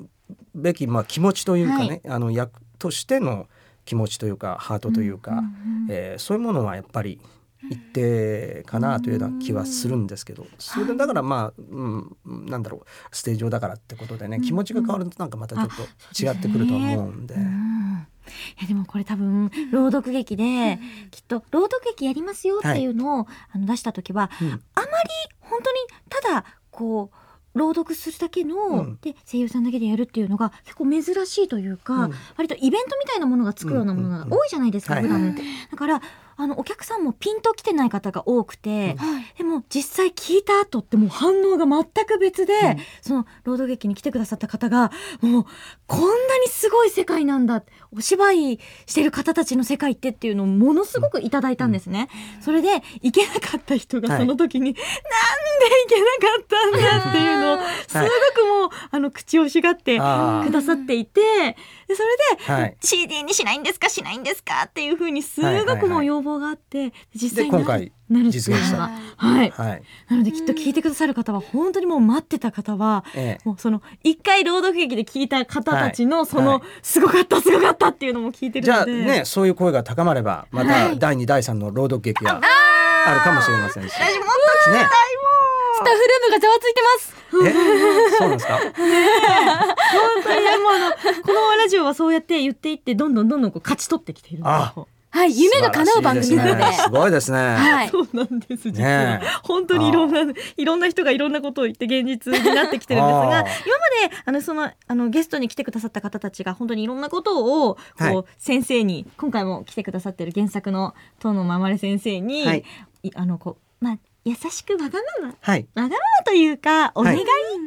Speaker 11: べき、まあ、気持ちというかね、あの役としての気持ちというかハートというか、えーそういうものはやっぱり一定かなというような気はするんですけどそれでだからまあ、うん、なんだろうステージ上だからってことでね気持ちが変わるとなんかまたちょっと違ってくると思うんで。
Speaker 3: いやでもこれ多分朗読劇できっと朗読劇やりますよっていうのをあの出した時は
Speaker 11: うん
Speaker 3: あまり本当にただこう朗読するだけので声優さんだけでやるっていうのが結構珍しいというか割とイベントみたいなものがつくようなものが多いじゃないですか
Speaker 13: うん
Speaker 3: 普
Speaker 13: うんうん
Speaker 3: 段だからあのお客さんもピンときてない方が多くてでも実際聞いた後ってもう反応が全く別でその朗読劇に来てくださった方がもうこんなにすごい世界なんだお芝居してる方たちの世界ってっていうのをものすごくいただいたんですね、それで行けなかった人が
Speaker 13: はい
Speaker 3: その時に、なんで行けなかったんだっていうのをすご
Speaker 13: はい
Speaker 3: くもう、あの口をしがってく
Speaker 13: あー
Speaker 3: ださっていてでそれで、
Speaker 11: はい
Speaker 3: CD にしないんですかしないんですかっていうふうにすご
Speaker 11: はい
Speaker 3: く
Speaker 11: はい
Speaker 3: も
Speaker 11: は
Speaker 3: う
Speaker 11: い
Speaker 3: 要望があって、実際
Speaker 11: で
Speaker 3: に
Speaker 11: 今回
Speaker 3: なるって
Speaker 11: 実
Speaker 3: い
Speaker 11: 現
Speaker 3: う
Speaker 11: し
Speaker 3: の
Speaker 11: た
Speaker 3: が。はい
Speaker 11: はい
Speaker 3: なのできっと聞いてくださる方は本当にもう待ってた方は、
Speaker 11: ええ
Speaker 3: もうその一回朗読劇で聞いた方たち
Speaker 11: は
Speaker 3: の
Speaker 11: い
Speaker 3: その、
Speaker 11: はい
Speaker 3: すごかったすごかったっていうのも聞いてる
Speaker 11: じゃ
Speaker 3: の
Speaker 11: あ
Speaker 3: で
Speaker 11: ねそういう声が高まればま
Speaker 3: は
Speaker 11: た
Speaker 3: い
Speaker 11: 第2第3の朗読劇があるかもしれませんし。
Speaker 3: 私もっ
Speaker 11: と聞きたいもん
Speaker 3: スタッフルームがざわついてます
Speaker 11: えそうなんですか
Speaker 3: 本当にねもうあのこのラジオはそうやって言っていってどんどんどんどんこう勝ち取ってきている
Speaker 11: あ
Speaker 3: はい 夢が叶う番組なので
Speaker 11: 素晴らしいすねすごいですね。
Speaker 3: はい、そうなんです実は、
Speaker 11: ね
Speaker 3: 本当にいろんないろんな人がいろんなことを言って現実になってきてるんですが今ま
Speaker 13: あー
Speaker 3: であのそのあのゲストに来てくださった方たちが本当にいろんなことをこう、
Speaker 13: はい
Speaker 3: 先生に今回も来てくださってる原作の遠野ままれ先生に、
Speaker 13: はい
Speaker 3: い、あのこうまあ優しくわがまま
Speaker 11: はい。
Speaker 3: わがままというかお願い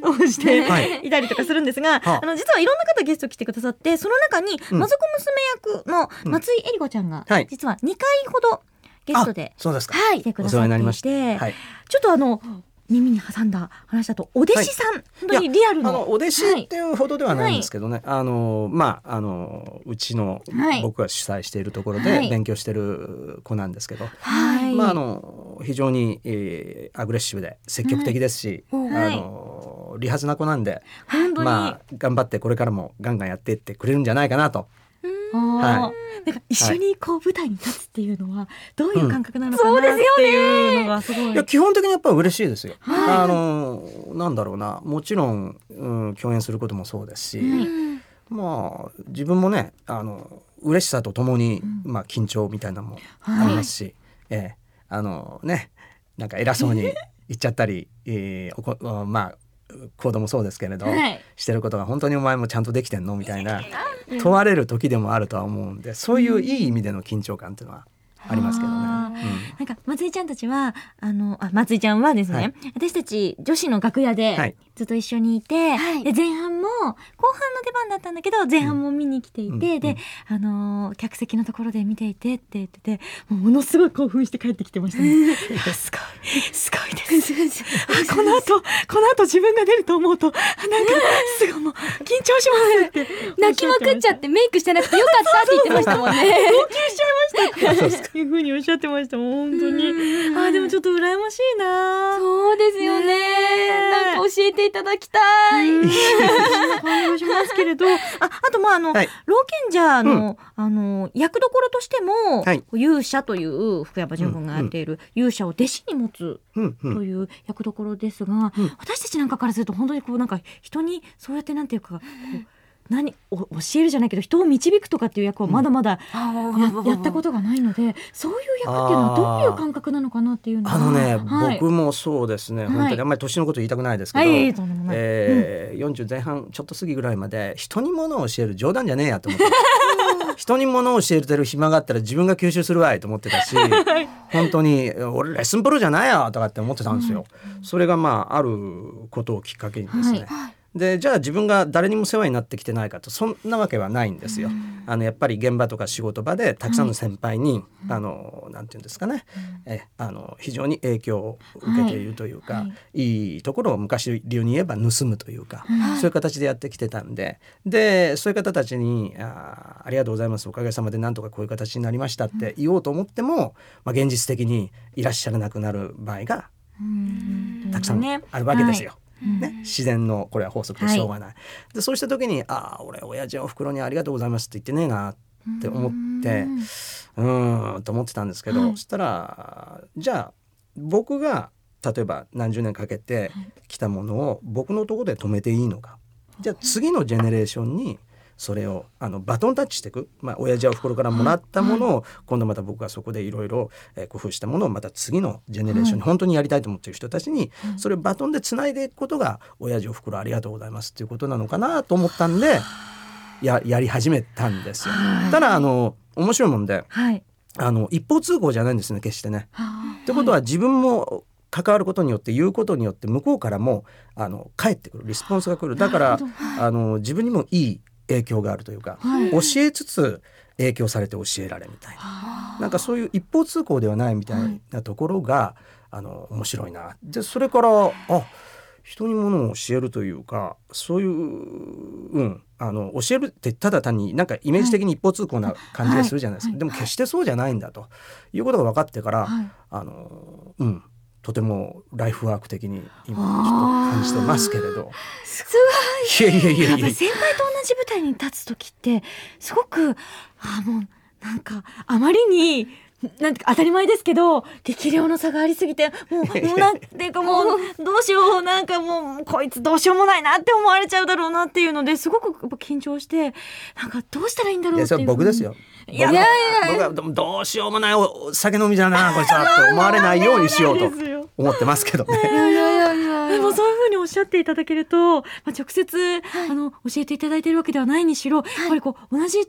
Speaker 3: をして、
Speaker 13: はい
Speaker 3: い、たりとかするんですが、
Speaker 13: はあ
Speaker 3: あの実はいろんな方ゲスト来てくださってその中に、
Speaker 13: うん
Speaker 3: マズコ娘役の松井絵里子ちゃんが、
Speaker 13: はい
Speaker 3: 実は2回ほどゲストで
Speaker 11: そうですか。
Speaker 3: はい、来てくだ
Speaker 11: お
Speaker 3: さ
Speaker 11: 世
Speaker 3: って
Speaker 11: 話にないり
Speaker 3: て
Speaker 11: ました。はい。
Speaker 3: ちょっとあの耳に挟んだ話だとお弟子さん、本当にリアルの
Speaker 11: お弟子っていうほどではないんです
Speaker 3: け
Speaker 11: けどね、あのまああのうちの
Speaker 3: はい
Speaker 11: 僕が主催しているところ
Speaker 3: は
Speaker 11: で
Speaker 3: い
Speaker 11: 勉強してる子なんですけど、
Speaker 3: はい
Speaker 11: まああの非常に、えーアグレッシブで積極的ですし、
Speaker 3: はい
Speaker 11: あの利発な子なんで、
Speaker 3: 本当に、
Speaker 11: まあ頑張ってこれからもガンガンやっていってくれるんじゃないかなと。
Speaker 3: は、
Speaker 11: はい
Speaker 3: なんか一緒にこう舞台に立つっていうのはどういう感覚なのか
Speaker 13: うん
Speaker 3: なってい
Speaker 13: そ
Speaker 3: うの
Speaker 13: う
Speaker 3: がすごい,、
Speaker 11: いや基本的にやっぱり嬉しいですよ。あのなんだろうなもちろん、うん、共演することもそうですし、まあ自分もねあの嬉しさとともに、まあ、緊張みたいなのもありますし、ええあのねなんか偉そうに言っちゃったり、ええおこあまあ行動もそうですけれど、
Speaker 13: はい
Speaker 11: してることが本当にお前もちゃんとできてんのみたいな
Speaker 13: うん
Speaker 11: 問われる時でもあるとは思うんでそういういい意味での緊張感っていうのはありますけどね。
Speaker 3: あ
Speaker 11: うん
Speaker 3: ーなんか松井ちゃんたちはあのあ松井ちゃんはですね、
Speaker 11: はい
Speaker 3: 私たち女子の楽屋
Speaker 11: は
Speaker 3: で
Speaker 11: い
Speaker 3: ずっと一緒にいて、で前半も後半の出番だったんだけど前半も見に来ていて、で、あのー客席のところで見ていてって言っててもうものすごい興奮して帰ってきてましたね。なん かすごいすごい です。あこの後この後自分が出ると思うとあなんかすごいもう緊張しますって
Speaker 2: 泣きまくっちゃってメイクしてなくてよかったって言ってましたもんね
Speaker 3: 号泣しちゃいま
Speaker 2: そ
Speaker 3: し
Speaker 2: うで
Speaker 3: たっていうふうにおっしゃってましたもん本当にあーでもちょっと羨ましいな
Speaker 2: そうですよねなんか教えていただきたい
Speaker 3: 感動しますけれどああとまああの、老賢者の,、あの役どころとしても、
Speaker 13: はい
Speaker 3: 勇者という福山潤君がやっている勇者を弟子に持つ
Speaker 13: うん
Speaker 3: という役どころですが、私たちなんかからすると本当にこうなんか人にそうやってなんていうかこう何お教えるじゃないけど人を導くとかっていう役はまだまだや,、やったことがないのでそういう役っていうのはどういう感覚なのかなっていうのは
Speaker 11: あのね、
Speaker 3: はい
Speaker 11: 僕もそうですね、
Speaker 3: はい
Speaker 11: 本当にあんまり年のこと言いたくないですけど、
Speaker 3: はいとんでもない
Speaker 11: えー40前半ちょっと過ぎぐらいまで人に物を教える冗談じゃねえやと思って 人に物を教えてる暇があったら自分が吸収するわいと思っ てたし本当に俺レッスンプロじゃないよとかって思ってたんですよ。それがまああることをきっかけにですね、でじゃあ自分が誰にも世話になってきてないかとそんなわけはないんですよ。あのやっぱり現場とか仕事場でたくさんの先輩に、あのなんて言うんですかね、えあの非常に影響を受けているというか、いい、ところを昔流に言えば盗むというか、そういう形でやってきてたんででそういう方たちにあー「ありがとうございますおかげさまでなんとかこういう形になりました」って言おうと思っても、まあ、現実的にいらっしゃらなくなる場合がたくさんあるわけですよ。ね、自然のこれは法則でしょうがない、でそうした時に「ああ俺親父やおふくろにありがとうございます」って言ってねえなって思ってうーんと思ってたんですけど、そしたらじゃあ僕が例えば何十年かけてきたものを僕のところで止めていいのかじゃあ次のジェネレーションにそれをあのバトンタッチしていく、まあ、親父やおふくろからもらったものを今度また僕がそこでいろいろえー工夫したものをまた次のジェネレーションに
Speaker 14: はい
Speaker 11: 本当にやりたいと思っている人たちにそれをバトンでつないでいくことが親父おふくろありがとうございますっていうことなのかなと思ったんでややり始めたんですよ。ただあの面白いもんで
Speaker 3: はい。
Speaker 11: あの一方通行じゃないんですね決してね。ってことは自分も関わることによって言うことによって向こうからもあの返ってくるリスポンスが来るだからあの自分にもいい影響があるというか、
Speaker 14: はい
Speaker 11: 教えつつ影響されて教えられみたいななんかそういう一方通行ではないみたいなところが、あの面白いなでそれからあ人にものを教えるというかそういう、うん、あの教えるってただ単になんかイメージ的に一方通行な感じがするじゃないですか、でも決してそうじゃないんだということが分かってから、あのうんとてもライフワーク的に今ちょっと感じてますけれど。
Speaker 3: す
Speaker 11: いやいやいやいや
Speaker 3: やっぱり先輩と同じ舞台に立つ時ってすごくあもうなんかあまりに。なんていうか当たり前ですけど力量の差がありすぎて もうもうなんていうかもうどうしようなんかもうこいつどうしようもないなって思われちゃうだろうなっていうのですごくやっぱ緊張してなんかどうしたらいいんだろ
Speaker 11: いうや
Speaker 3: ってい
Speaker 11: そうれ僕ですよ。
Speaker 3: いや
Speaker 11: 僕はい
Speaker 3: やいや
Speaker 11: 僕はどうしようもないお酒飲みじゃなこいつはって思われないようにしようと思ってますけどね。
Speaker 3: でもそういうふうにおっしゃっていただけると、まあ、直接、あの教えていただいてるわけではないにしろ、やっぱりこう同じ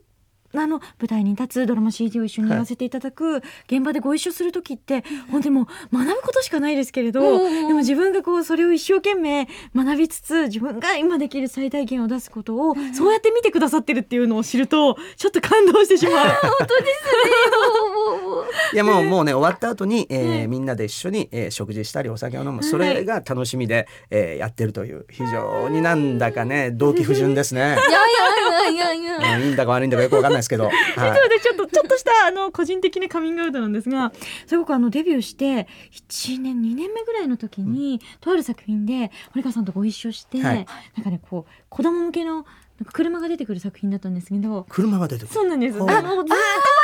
Speaker 3: あの舞台に立つドラマ CD を一緒にやらせていただく、現場でご一緒する時って、本当にもう学ぶことしかないですけれど、
Speaker 2: うんうんうん
Speaker 3: でも自分がこうそれを一生懸命学びつつ自分が今できる最大限を出すことを、そうやって見てくださってるっていうのを知るとちょっと感動してしまう。本当ですねもう
Speaker 11: いやもうもうね終わった後に、えーみんなで一緒に、えー食事したりお酒を飲むそれが楽しみで、えーやってるという非常になんだかね動機不純で すね。
Speaker 3: いやいやいやいや
Speaker 11: うんいいんだか悪いんだかよくわかんないですけど。
Speaker 3: え
Speaker 11: は
Speaker 3: そ
Speaker 11: い、
Speaker 3: うでちょっとちょっとしたあの個人的なカミングアウトなんですがすごくあのデビューして1年2年目ぐらいの時に、とある作品で堀川さんとご一緒して、
Speaker 11: はい
Speaker 3: なんかねこう子供向けのなんか車が出てくる作品だったんですけど
Speaker 11: 車が出てくる
Speaker 3: そうなんですあ
Speaker 11: ほ
Speaker 3: の
Speaker 11: う
Speaker 3: ずーっと前なので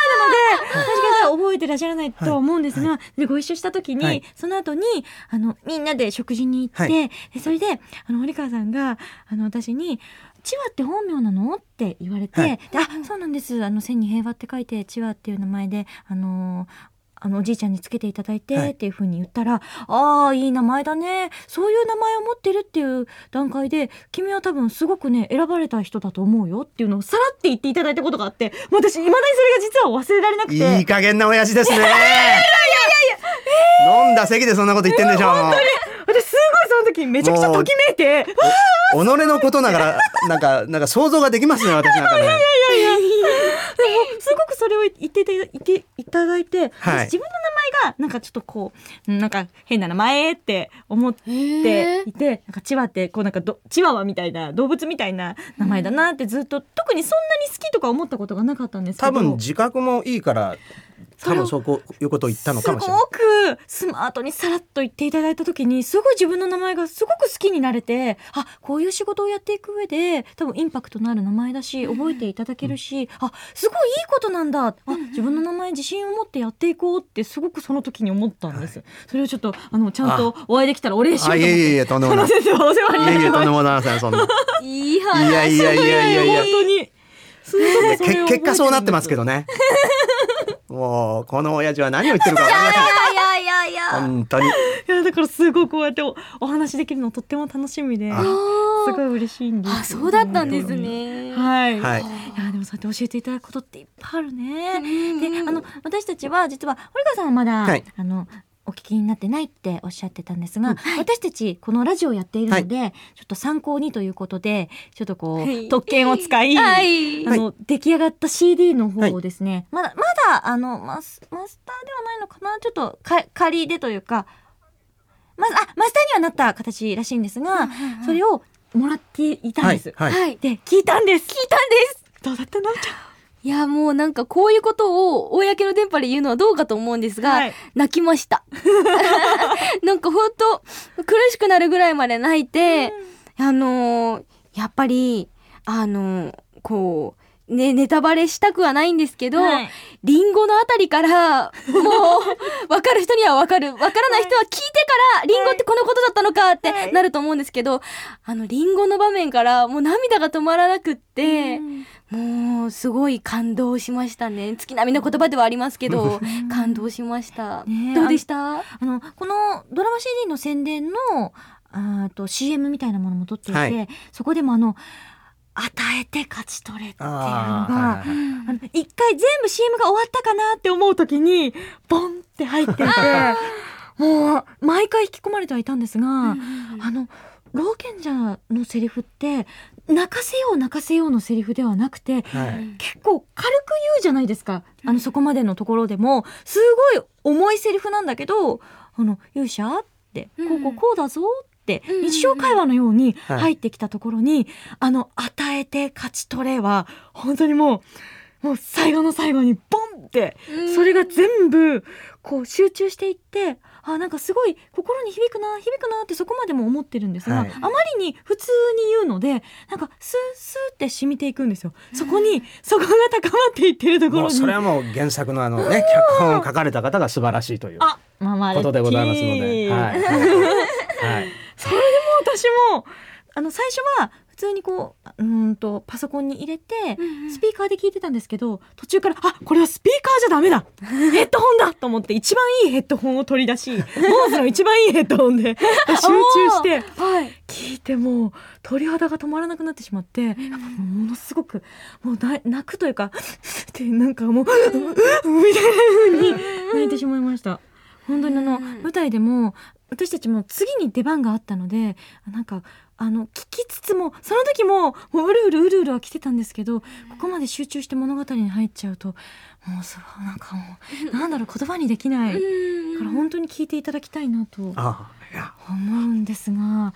Speaker 3: 確かに覚えてらっしゃらないとは思うんですが、でご一緒した時に、
Speaker 2: はい
Speaker 3: その後にあのみんなで食事に行って、
Speaker 2: はい
Speaker 3: でそれであの堀川さんがあの私に「千和って本名なの?」って言われて「
Speaker 2: はい
Speaker 3: であそうなんですあの千に平和」って書いて「千和」っていう名前であのあのおじいちゃんにつけていただい
Speaker 2: は
Speaker 3: て
Speaker 2: い
Speaker 3: っていうふうに言ったら「ああいい名前だねそういう名前を持ってるっていう段階で君は多分すごくね選ばれた人だと思うよ」っていうのをさらって言っていただいたことがあってもう私いまだにそれが実は忘れられなくて。
Speaker 11: いい加減な親父ですね。
Speaker 3: いやいやいや
Speaker 11: 飲んだ席でそんなこと言ってんでしょ。
Speaker 3: 本当に私すごいその時めちゃくちゃときめいてわあ
Speaker 11: 己のことながらなんかなんか想像ができますね私なんかね。
Speaker 3: いやいやいやでもすごくそれを言っていただいていただいて、
Speaker 11: はい
Speaker 3: 私自分の名前がなんかちょっとこううんなんか変な名前って思っていてなんかチワってこうなんかどチワワみたいな動物みたいな名前だなってずっと特にそんなに好きとか思ったことがなかったんですけ
Speaker 11: 多
Speaker 3: ど
Speaker 11: 分自覚もいいから多分そうこういうことを言ったのかもし
Speaker 3: す
Speaker 11: れない
Speaker 3: ご。くスマートにさらっと言っていただいた時にすごい自分の名前がすごく好きになれてあこういう仕事をやっていく上で多分インパクトのある名前だし覚えていただけるし、あすごいいいことなんだあ自分の名前自信を持ってやっていこうってすごくその時に思ったんです、それをちょっとあのちゃんとお会いできたらお礼しようと
Speaker 11: あい
Speaker 3: 思っ
Speaker 11: や
Speaker 3: て
Speaker 11: いやいやとんでもない。
Speaker 3: その先生はお世話になりま
Speaker 11: い
Speaker 3: す
Speaker 11: やいやとんでもございませんそんな。
Speaker 3: いい
Speaker 11: 話いやいやいやいやいや
Speaker 3: 本当にそれ
Speaker 11: い
Speaker 3: こ
Speaker 11: や
Speaker 3: そそれ
Speaker 11: け
Speaker 3: を覚えてる
Speaker 11: 結果そうなってますけどね。もうこの親父は何を言ってるかわかりません。
Speaker 3: いやいやいや
Speaker 11: 本当に。
Speaker 3: いやだからすごいこうやっておお話できるのとっても楽しみで、
Speaker 11: あ
Speaker 3: すごい嬉しいんです。あ、そうだったんですね。はい。
Speaker 2: はい
Speaker 3: い、やでもそうやって教えていただくことっていっぱいあるね。で、あの私たちは実は堀川さんはまだ、
Speaker 2: はい
Speaker 3: あの。お聞きになってないっておっしゃってたんですが、私たちこのラジオをやっているので、ちょっと参考にということでちょっとこう、
Speaker 2: はい
Speaker 3: 特権を使い、
Speaker 2: はい
Speaker 3: あの出来上がった CD の方をですね、まだまだあのマスマスターではないのかなちょっとか仮でというかまずあマスターにはなった形らしいんですが、それをもらっていたんです。
Speaker 2: はいはいはい
Speaker 3: で聞いたんです。聞いたんです。どうだったの？
Speaker 2: いやもうなんかこういうことを公の電波で言うのはどうかと思うんですが、泣きました なんかほんと苦しくなるぐらいまで泣いて、あのーやっぱりあのーこうね、ネタバレしたくはないんですけど、
Speaker 15: はい
Speaker 2: リンゴのあたりから、もう、わかる人にはわかる。わからない人は聞いてから、リンゴってこのことだったのかってなると思うんですけど、あの、リンゴの場面から、もう涙が止まらなくって、もう、すごい感動しましたね。月並みの言葉ではありますけど、感動しました。どうでした
Speaker 3: あのこのドラマ CD の宣伝のあーと CM みたいなものも撮っていて、
Speaker 15: はい
Speaker 3: そこでもあの与えて勝ち取れっていうのが
Speaker 15: あ
Speaker 3: あの一回全部 CM が終わったかなって思う時にボンって入っていてもう毎回引き込まれてはいたんですが、あの老賢者のセリフって泣かせよう泣かせようのセリフではなくて、
Speaker 11: はい
Speaker 3: 結構軽く言うじゃないですか。あの、そこまでのところでも、すごい重いセリフなんだけど、あの、勇者って、こうこうこうだぞって、日常会話のように
Speaker 15: はい
Speaker 3: 入ってきたところに、あの、与えて勝ち取れは、本当にもう、もう最後の最後にボンって
Speaker 15: うん、
Speaker 3: それが全部、こう集中していって、あ、なんかすごい心に響くな、響くなってそこまでも思ってるんですが、
Speaker 15: はい
Speaker 3: あまりに普通に言うので、なんかスースーって染みていくんですよ。そこに、そこが高まっていってるところ
Speaker 11: もう
Speaker 3: に。
Speaker 11: それはもう原作のあのね脚本を書かれた方が素晴らしいという
Speaker 3: あ、ママレッティ
Speaker 11: ことでございますのではいはい
Speaker 3: それでもう私もあの最初は普通にこううーんとパソコンに入れてスピーカーで聞いてたんですけど途中からあこれはスピーカーじゃダメだヘッドホンだと思って一番いいヘッドホンを取り出し坊主の一番いいヘッドホンで集中して聞いてもう鳥肌が止まらなくなってしまってやっぱものすごくもうな泣くというかってなんかもうみたいな風に泣いてしまいました。本当にあの舞台でも私たちも次に出番があったのでなんかあの聞きつつもその時ももううるうるうるうるは来てたんですけどここまで集中して物語に入っちゃうともうすごいなんかもうなんだろう言葉にできないから本当に聞いていただきたいなと
Speaker 11: あ
Speaker 3: 思うんですが、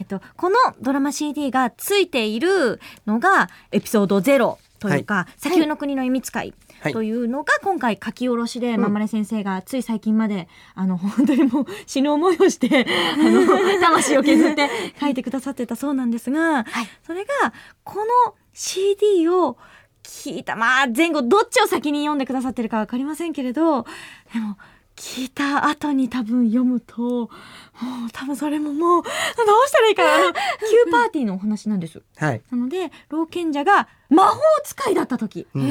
Speaker 3: えっと、このドラマ CD がついているのがエピソード0というか、砂丘の国の秘密会
Speaker 15: はい
Speaker 3: というのが今回書き下ろしで、
Speaker 15: うん
Speaker 3: まんまれ先生がつい最近まであの本当にもう死ぬ思いを してあの魂を削って 書いてくださってたそうなんですが、それがこの CD を聞いたまあ前後どっちを先に読んでくださってるかわかりませんけれどでも聞いた後に多分読むともう多分それももうどうしたらいいかなあの Q パーティーのお話なんです。
Speaker 11: はい
Speaker 3: なので老賢者が魔法使いだった時
Speaker 15: う
Speaker 3: の
Speaker 15: ん
Speaker 3: お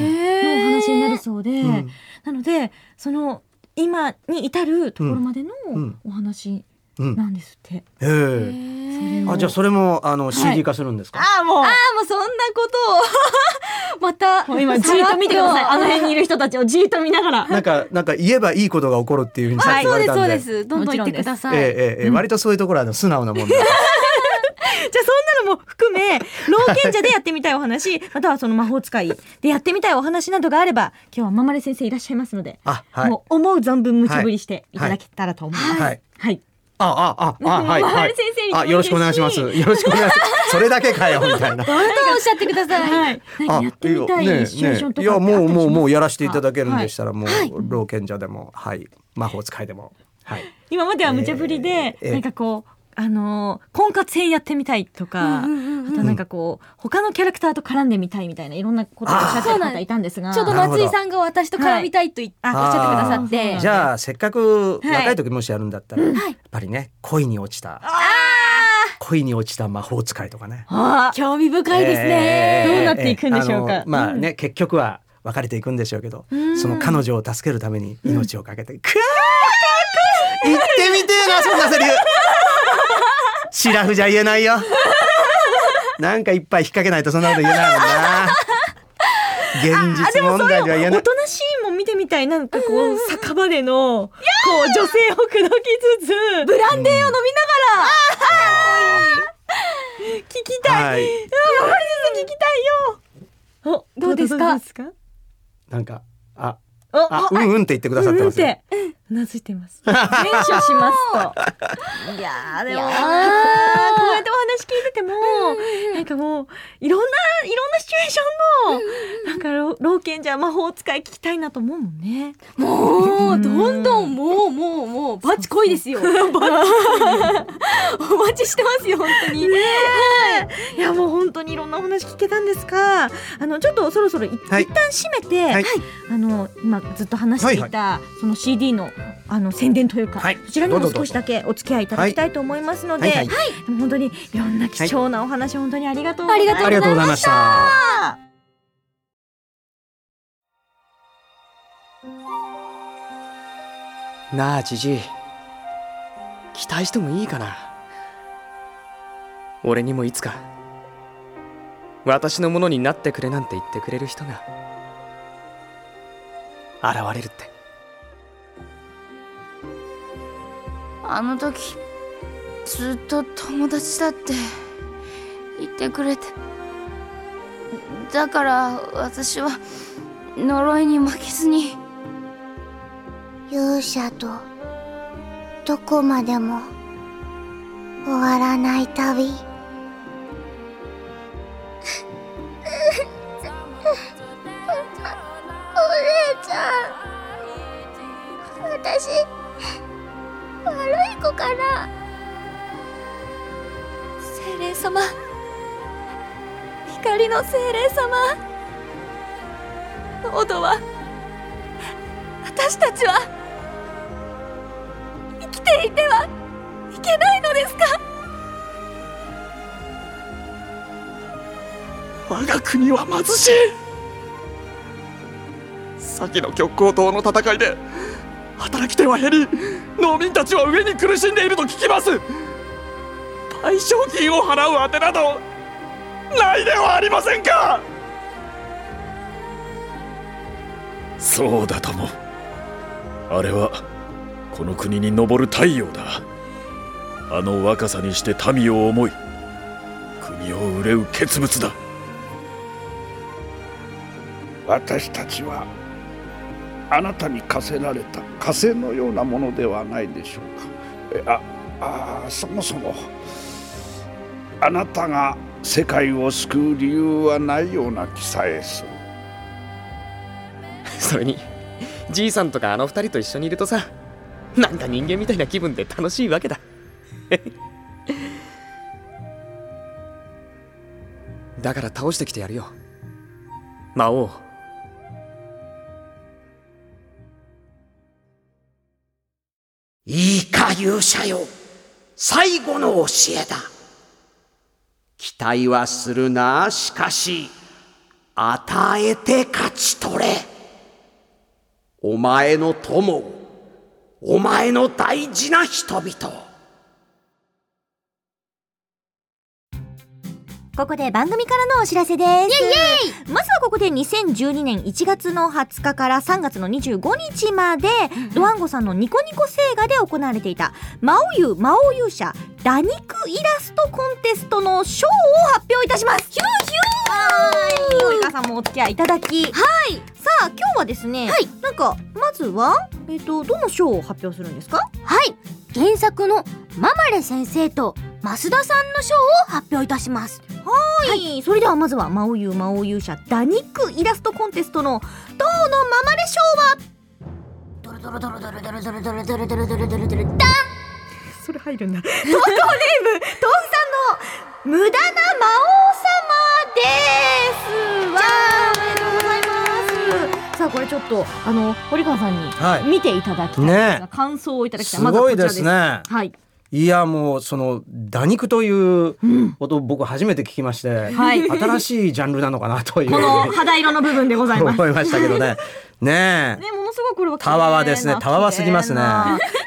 Speaker 3: 話になるそうで、
Speaker 15: うん
Speaker 3: なのでその今に至るところまでの
Speaker 11: うんうん
Speaker 3: お話
Speaker 11: うん
Speaker 3: なんですって。
Speaker 11: ええあじゃあそれもあの CD 化するんですか、
Speaker 3: ああもう
Speaker 2: ああもうそんなことを また
Speaker 3: もう今じーっと見てくださいあの辺にいる人たちを じーっと見ながら
Speaker 11: なんかなんか言えばいいことが起こるっていうふうにさっき言われたんで、
Speaker 2: どんどん言ってください
Speaker 11: ええええええ割とそういうところはあの素直 なもんで、
Speaker 3: じゃあそんなのも含め老賢者でやってみたいお話 またはその魔法使いでやってみたいお話などがあれば今日はままれ先生いらっしゃいますので、
Speaker 11: あはい
Speaker 3: もう思う存分無茶ぶりしていただけたらと思います。
Speaker 11: はい
Speaker 3: はい
Speaker 11: ああああはい、
Speaker 3: ま
Speaker 11: は
Speaker 3: わ
Speaker 11: い
Speaker 3: り先生にも
Speaker 11: あよろしくお願いしますよろしくお願い しますそれだけかよみたい
Speaker 2: ど
Speaker 11: な
Speaker 2: んどんおっしゃってください、
Speaker 11: あ
Speaker 2: 何やってみたい
Speaker 11: いいよね
Speaker 2: シチュエーションと
Speaker 11: ねい
Speaker 2: か
Speaker 11: や
Speaker 2: ってあったりしますか
Speaker 11: もうもうもうやらせていただけるんでしたら、もう、
Speaker 3: はい
Speaker 11: 老賢者でもはい魔法使いでもはい
Speaker 3: 今までは無茶ぶりで、
Speaker 11: えー
Speaker 3: なんかこうあのー婚活編やってみたいとか、
Speaker 2: うんうんうんうん
Speaker 3: あとなんかこう他のキャラクターと絡んでみたいみたいないろんなことをおっしゃってる方いたんですが
Speaker 2: ちょうど松井さんが私と絡みたいと言って、おっしゃってくださっ
Speaker 11: あ
Speaker 2: て
Speaker 11: ーじゃあせっかく
Speaker 2: はい
Speaker 11: 若い時もしやるんだったら、やっぱりね恋に落ちた恋に落ちた魔法使いとかね
Speaker 2: あ興味深いですね、
Speaker 11: えー
Speaker 2: どうなっていくんでしょう
Speaker 11: あ
Speaker 2: か
Speaker 11: のまあね、結局は別れていくんでしょうけど、
Speaker 2: うん
Speaker 11: その彼女を助けるために命をかけて、くわー言ってみてえなそんなセリフシラフじゃ言えないよなんかいっぱい引っ掛けないとそんなこと言えないもんな現実問題では言えな
Speaker 3: 大
Speaker 11: い
Speaker 3: 人シーンも見てみたいなんかこう酒場でのこう女性を口説きつつブランデーを飲みながら、聞きたい、あマ
Speaker 11: はい
Speaker 3: リ先生聞きたいよおどうですか
Speaker 11: なんかあ
Speaker 3: お
Speaker 11: あうんうんって言ってくださってますよ、
Speaker 3: うんうんってうなずいてます。連射しますと。いやーでも
Speaker 15: いやー
Speaker 3: こうやってお話聞いてても、なんかもういろんないろんなシチュエーションの、なんか老老賢者魔法使い聞きたいなと思うもんね。
Speaker 2: もうどんどんもうもうもうバチ恋ですよバチ
Speaker 15: お待ちしてますよ本当に。ねえ。いやもう本当にいろんなお話聞けたんですが、あのちょっとそろそろい、一旦閉めて、
Speaker 11: はい
Speaker 15: あの今ずっと話していた、その CD のあの宣伝というか、そちらに
Speaker 3: ど
Speaker 15: も
Speaker 3: うぞど
Speaker 15: 少
Speaker 3: うぞ
Speaker 15: しだけお付き合いいただきたいと思いますので、
Speaker 3: はいはいはい
Speaker 15: でも本当にいろんな貴重なお話、本当にありがとうございました。
Speaker 11: ありがとうございました
Speaker 16: なあじじい期待してもいいかな俺にもいつか私のものになってくれなんて言ってくれる人が現れるって
Speaker 8: あの時ずっと友達だって言ってくれてだから私は呪いに負けずに
Speaker 10: 勇者とどこまでも終わらない旅
Speaker 17: お姉ちゃん私悪い子かな精霊様光の精霊様オドは私たちは生きていてはいけないのですか
Speaker 18: 我が国は貧しい先の極光島の戦いで働き手は減り農民たちは上に苦しんでいると聞きます賠償金を払うあてなどないではありませんか
Speaker 19: そうだともあれはこの国に昇る太陽だあの若さにして民を思い国を憂う傑物だ
Speaker 20: 私たちはあなたに課せられた火星のようなものではないでしょうかえああーそもそもあなたが世界を救う理由はないような気さえする
Speaker 16: それにじいさんとかあの二人と一緒にいるとさなんか人間みたいな気分で楽しいわけだ だから倒してきてやるよ魔王を
Speaker 21: いいか勇者よ最後の教えだ期待はするなしかし与えて勝ち取れお前の友をお前の大事な人々を
Speaker 3: ここで番組からのお知らせです。まずはここで2012年1月の20日から3月の25日まで、ドワンゴさんのニコニコ聖画で行われていた、魔王優魔王勇者、打肉イラストコンテストの賞を発表いたしますヒューヒューはい及川さんもお付き合いいただき。はいさあ、今日はですね、なんか、まずは、えっ、と、どの賞を発表するんですか
Speaker 2: はい原作のママレ先生と増田さんの賞を発表いたします
Speaker 3: はいそれではまずは魔王優魔王勇者ダニックイラストコンテストの「当のママレ賞」は
Speaker 17: ドロドロドロドロドロドロドロドロドロドロドロドロダン
Speaker 3: それ入るんだ投稿ネームトンさんの無駄な魔王様ですわあおめでとうございますさあこれちょっとあの堀川さん
Speaker 11: はい
Speaker 3: に見ていただきたい、
Speaker 11: ねえ
Speaker 3: 感想をいただきたい
Speaker 11: す
Speaker 3: まずは
Speaker 11: ご
Speaker 3: こ
Speaker 11: い
Speaker 3: ちらで
Speaker 11: で
Speaker 3: す
Speaker 11: すね
Speaker 3: はい
Speaker 11: いやもうその打肉ということを僕初めて聞きまして、
Speaker 3: はい
Speaker 11: 新しいジャンルなのかなという
Speaker 3: この肌色の部分でござ います
Speaker 11: 思いましたけどね。ねえ。
Speaker 3: ねものすごいこれは
Speaker 11: たわわですねたわわすぎますね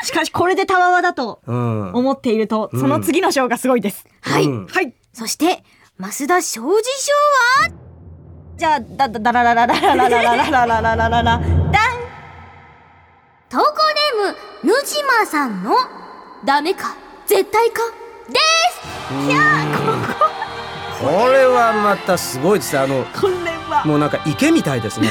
Speaker 3: しかしこれでたわわだと
Speaker 11: うん。
Speaker 3: 思っているとその次の賞がすごいです、
Speaker 11: はいうん
Speaker 3: はい
Speaker 2: そして増田正治賞は
Speaker 3: じゃあだだだらららららららららららららら
Speaker 2: 投稿ネームぬじまさんのダメか絶対かです
Speaker 11: いやこれはまたすごいですね。あの
Speaker 3: これは
Speaker 11: もうなんか池みたいですね。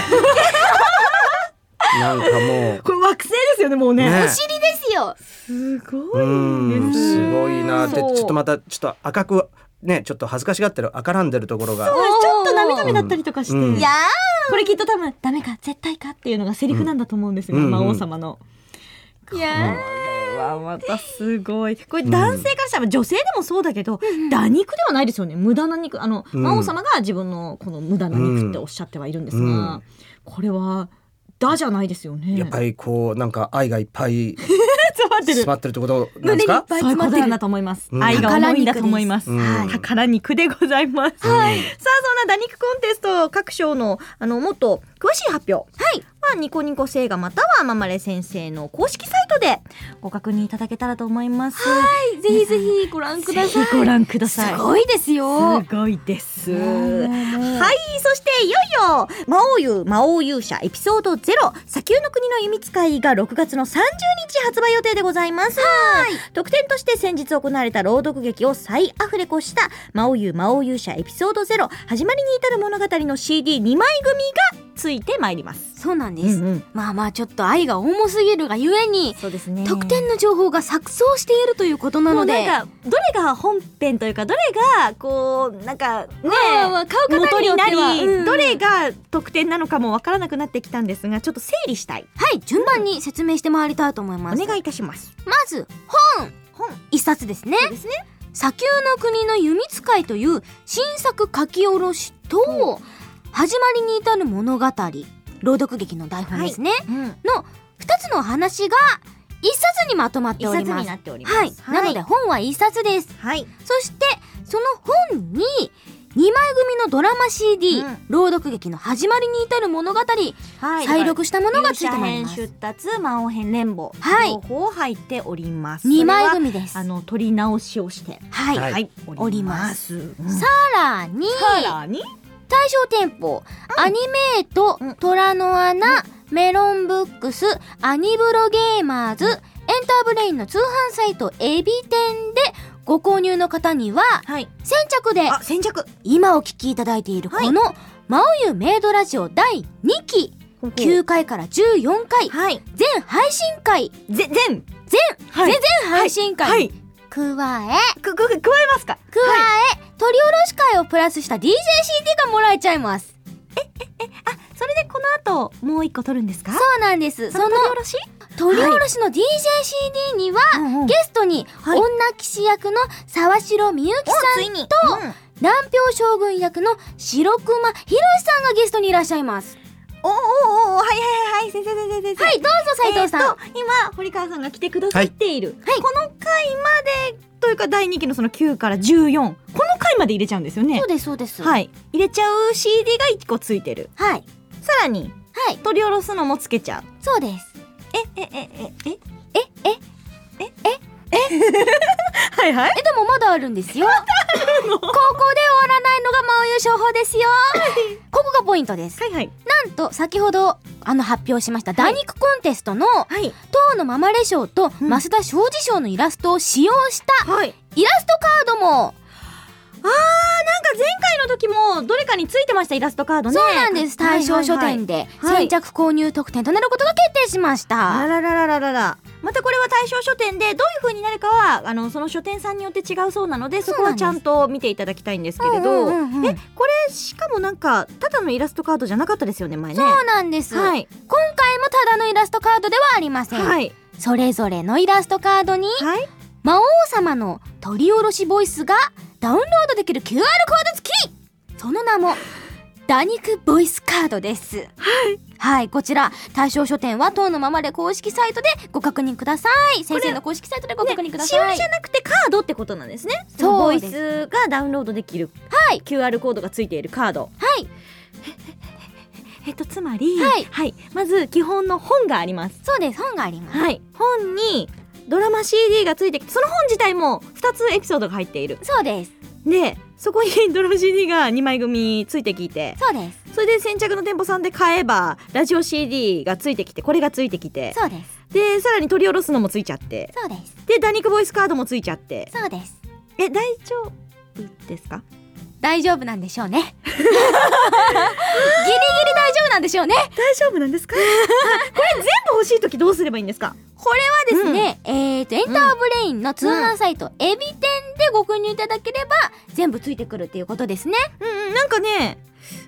Speaker 11: なんかもう。
Speaker 3: これ惑星ですよねもうね
Speaker 11: ねえお
Speaker 3: 尻ですよすごい
Speaker 11: うんすごいなでち
Speaker 3: そう
Speaker 11: ょっとまたちょっと赤くねちょっと恥ずかしがってる赤らんでるところが
Speaker 3: そうですちょっと涙目だったりとかして、
Speaker 11: うんうんいや
Speaker 3: これきっと多分ダメか絶対かっていうのがセリフなんだと思うんですよね、
Speaker 11: うん
Speaker 3: 魔王様の、
Speaker 2: いや
Speaker 3: わまたすごいこれ男性からしたら女性でもそうだけど、打肉ではないですよね無駄な肉あの、
Speaker 22: うん
Speaker 3: 魔王様が自分のこの無駄な肉っておっしゃってはいるんですが、
Speaker 11: うん
Speaker 3: これはだじゃないですよね
Speaker 11: やっぱりこうなんか愛がいっぱい
Speaker 3: 詰まってる
Speaker 11: 詰まってるってことなんですか
Speaker 3: そういうことなんだと思います。
Speaker 11: うん
Speaker 3: 愛が重いんだと思います。
Speaker 11: うん
Speaker 3: はい宝肉でございます。はい。さあ、そんな打肉コンテスト各賞の、あの、もっと詳しい発表。はい。は、ニコニコ星画またはママレ先生の公式サイトでご確認いただけたらと思います。はい。
Speaker 1: ぜひぜひご覧ください
Speaker 3: ぜひご覧ください。
Speaker 1: すごいですよ
Speaker 3: すごいです。はい。そして、いよいよ、魔王優、魔王勇者エピソード0、砂丘の国の弓使いが6月の30日発売予定でございます。特典として先日行われた朗読劇を再アフレコした、魔王優、魔王勇者エピソード0、始まりに至る物語の CD2 枚組がついてまいります。
Speaker 1: そうなんです、まあまあちょっと愛が重すぎるがゆえに
Speaker 3: そうです、ね、
Speaker 1: 得点の情報が錯綜しているということな
Speaker 3: も
Speaker 1: の
Speaker 3: う
Speaker 1: で
Speaker 3: なんかどれが本編というかどれがこうなんかね
Speaker 1: わあわあ買う方
Speaker 3: 元
Speaker 1: に
Speaker 3: に
Speaker 1: よって
Speaker 3: な
Speaker 1: は
Speaker 3: り、
Speaker 1: うん
Speaker 3: どれが得点なのかもわからなくなってきたんですがちょっと整理したい
Speaker 1: はい順番に説明してまいりたいと思います
Speaker 3: お願いいたします
Speaker 1: まず本一冊ですね砂丘の国の弓使いという新作書き下ろしと始まりに至る物語朗読劇の台本ですね、の2つの話が一冊にまとまっております
Speaker 3: 一冊になっております
Speaker 1: はい
Speaker 3: はい
Speaker 1: なので本は一冊です、
Speaker 3: はい、
Speaker 1: そしてその本に2枚組のドラマ CD、朗読劇の始まりに至る物語、
Speaker 3: はい
Speaker 1: 再録したものがついてまいります
Speaker 3: 勇者編出立魔王編連棒
Speaker 1: はい
Speaker 3: 両方入っております
Speaker 1: 二枚組です
Speaker 3: それはあの取り直しをして
Speaker 1: はい
Speaker 3: おりますうん
Speaker 1: さらに
Speaker 3: さらに
Speaker 1: 大正店舗、アニメート、虎の穴、メロンブックスアニブロゲーマーズ、エンターブレインの通販サイトエビ店でご購入の方には、先着で
Speaker 3: 先着
Speaker 1: 今お聞きいただいているこの「真央湯メイドラジオ」第2期9回から14回、全配信回
Speaker 3: 全
Speaker 1: 全、
Speaker 3: 全はい
Speaker 1: 全全配信会、加え
Speaker 3: くく加えますか
Speaker 1: 加え、取り下ろし会をプラスした DJCD がもらえちゃいます
Speaker 3: それでこの後もう一個取るんですか
Speaker 1: そうなんですその取り下ろし取り下ろしの DJCD には、ゲストに、女騎士役の沢城みゆきさんと、南氷将軍役の白熊ひろしさんがゲストにいらっしゃいます
Speaker 3: おおおおはいはいはい先生先生先生
Speaker 1: はいどうぞ斉藤さん
Speaker 3: えーっと今堀川さんが来てくださっている、この回までというか第2期のその9から14この回まで入れちゃうんですよね
Speaker 1: そうですそうです
Speaker 3: はい入れちゃう CD が1個ついてる
Speaker 1: はい
Speaker 3: さらに、
Speaker 1: はい、
Speaker 3: 取り下ろすのもつけちゃう
Speaker 1: そうです
Speaker 3: えええええ
Speaker 1: はいはいえでもまだあるんですよここで終わらないのが真央優勝法ですよここがポイントです
Speaker 3: はいはい
Speaker 1: なんと先ほどあの発表しました大肉コンテストの「
Speaker 3: い
Speaker 1: 当のママレ賞」と「増田庄司賞」のイラストを使用した、イラストカードも
Speaker 3: あーなんか前回の時もどれかについてましたイラストカードね
Speaker 1: そうなんです大正書店で先着購入特典となることが決定しました
Speaker 3: あららららららまたこれは対象書店でどういう風になるかはあのその書店さんによって違うそうなのでそこはちゃんと見ていただきたいんですけれど、
Speaker 1: うんうんうんうん
Speaker 3: えこれしかもなんかただのイラストカードじゃなかったですよね前ね
Speaker 1: そうなんです、
Speaker 3: はい
Speaker 1: 今回もただのイラストカードではありません、
Speaker 3: はい
Speaker 1: それぞれのイラストカードに、魔王様の取り下ろしボイスがダウンロードできる QR コード付きその名もダニクボイスカードですはい、こちら対象書店は当のままで公式サイトでご確認ください先生の公式サイトでご確認ください、
Speaker 3: ねしおりじゃなくてカードってことなんですねそのボ
Speaker 1: そう
Speaker 3: イ
Speaker 1: です
Speaker 3: スがダウンロードできる、
Speaker 1: はい、
Speaker 3: QR コードがついているカード
Speaker 1: はい
Speaker 3: えっとつまり、
Speaker 1: はい
Speaker 3: まず基本の本があります
Speaker 1: そうです本があります
Speaker 3: はい本にドラマ CD がついてきてその本自体も2つエピソードが入っている
Speaker 1: そうです
Speaker 3: でそこにドラマ CD が2枚組ついてきて
Speaker 1: そうです
Speaker 3: それで先着の店舗さんで買えばラジオ CD がついてきてこれがついてきて
Speaker 1: そうです
Speaker 3: でさらに取り下ろすのもついちゃって
Speaker 1: そうです
Speaker 3: でダニクボイスカードもついちゃって
Speaker 1: そうです
Speaker 3: え大丈夫ですか
Speaker 1: 大丈夫なんでしょうねギリギリ大丈夫なんでしょうね
Speaker 3: 大丈夫なん ですかこれ全部欲しい時どうすればいいんですか
Speaker 1: これはですね、えっ、とエンターブレインの通販サイト、エビ店でご購入いただければ全部ついてくるっていうことですね
Speaker 3: うんうんなんかね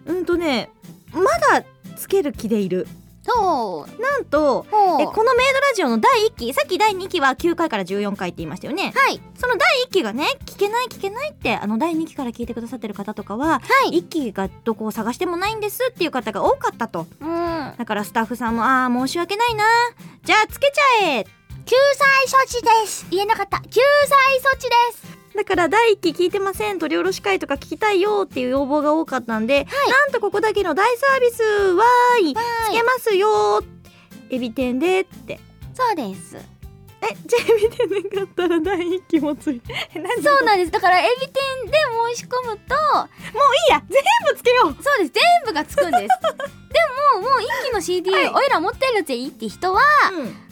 Speaker 3: うんとねまだつける気でいるそうなんとえこのメイドラジオの第1期さっき第2期は9回から14回って言いましたよねはいその第1期がね聞けない聞けないってあの第2期から聞いてくださってる方とかは、1期がどこを探してもないんですっていう方が多かったと、だからスタッフさんもああ申し訳ないなじゃあつけちゃえ救済処置です言えなかった救済措置ですだから第1期聞いてません取り下ろし会とか聞きたいよっていう要望が多かったんで、なんとここだけの大サービスわーいつけますよエビ天でってそうですえ じゃあエビ天なかったら第1期もつ い
Speaker 2: そうなんですだからエビ天で申し込むとも
Speaker 3: ういいや全部つけよう
Speaker 2: そうです全部がつ くんですでももう一期の CD、おいら持ってるぜいいって人は、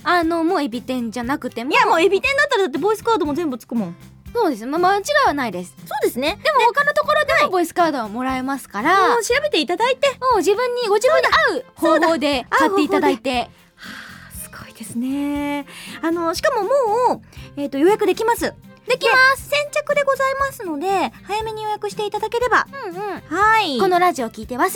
Speaker 2: あのもうエビ天じゃなくてもい
Speaker 3: やもうエビ天だったらだってボイスカードも全部つくもん
Speaker 2: そうですまあ間違いはないです
Speaker 3: そうですね
Speaker 2: でも他のところでもボイスカードはもらえますから、
Speaker 3: もう調べていただいて
Speaker 2: もう自分にご自分に合う方法で買っていただいて
Speaker 3: すごいですねあのしかももう、えー、と予約できます
Speaker 2: できます
Speaker 3: 先着でございますので早めに予約していただければ
Speaker 2: うんうん
Speaker 3: はい
Speaker 2: このラジオ聞いて忘れる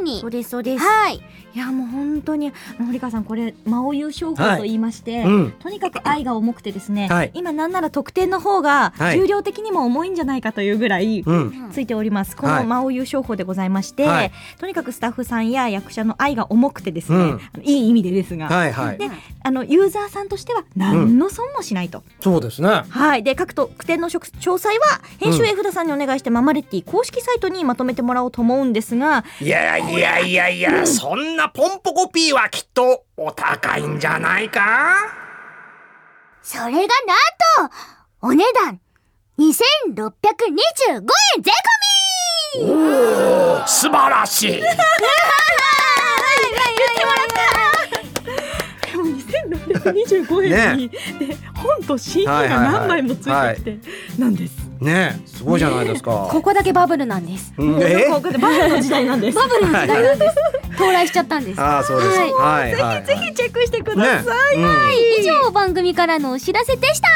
Speaker 2: 前に
Speaker 3: そうですそうです
Speaker 2: はい
Speaker 3: いやもう本当に堀川さんこれ魔王優勝法と言いまして、
Speaker 11: はいうん
Speaker 3: とにかく愛が重くてですね、
Speaker 11: はい
Speaker 3: 今なんなら得点の方が
Speaker 11: はい
Speaker 3: 重量的にも重いんじゃないかというぐらい
Speaker 11: うん
Speaker 3: ついております、こ
Speaker 11: は
Speaker 3: の
Speaker 11: い
Speaker 3: 魔王優勝法でございまして、
Speaker 11: はい
Speaker 3: とにかくスタッフさんや役者の愛が重くてですね、
Speaker 11: うん
Speaker 3: あのいい意味でですが、
Speaker 11: はいはい
Speaker 3: であのユーザーさんとしては何の損もしないと。
Speaker 11: そうですね。
Speaker 3: はい、で各特典の詳細は編集
Speaker 11: うん
Speaker 3: 絵札さんにお願いして、ママレッティ公式サイトにまとめてもらおうと思うんですが
Speaker 21: いやいやいやいや、そんなポンポコピーはきっとお高いんじゃないか
Speaker 10: それがなんと、お値段、2625円税込み
Speaker 21: おー素晴らしい
Speaker 3: 2625円に、で本と CD が何枚もついてきて、なんです。
Speaker 11: ねえ、すごいじゃないです か。
Speaker 2: ここだけバブルなんです
Speaker 11: うんえ
Speaker 3: ここ でバブルの時代なんです。
Speaker 2: バブルの時代なんです到来しちゃったんです
Speaker 11: ああ、そうです。はいはい。
Speaker 2: ぜひ
Speaker 3: チェックしてく
Speaker 11: ださいねうん
Speaker 2: はい、以上番組からのお知らせでした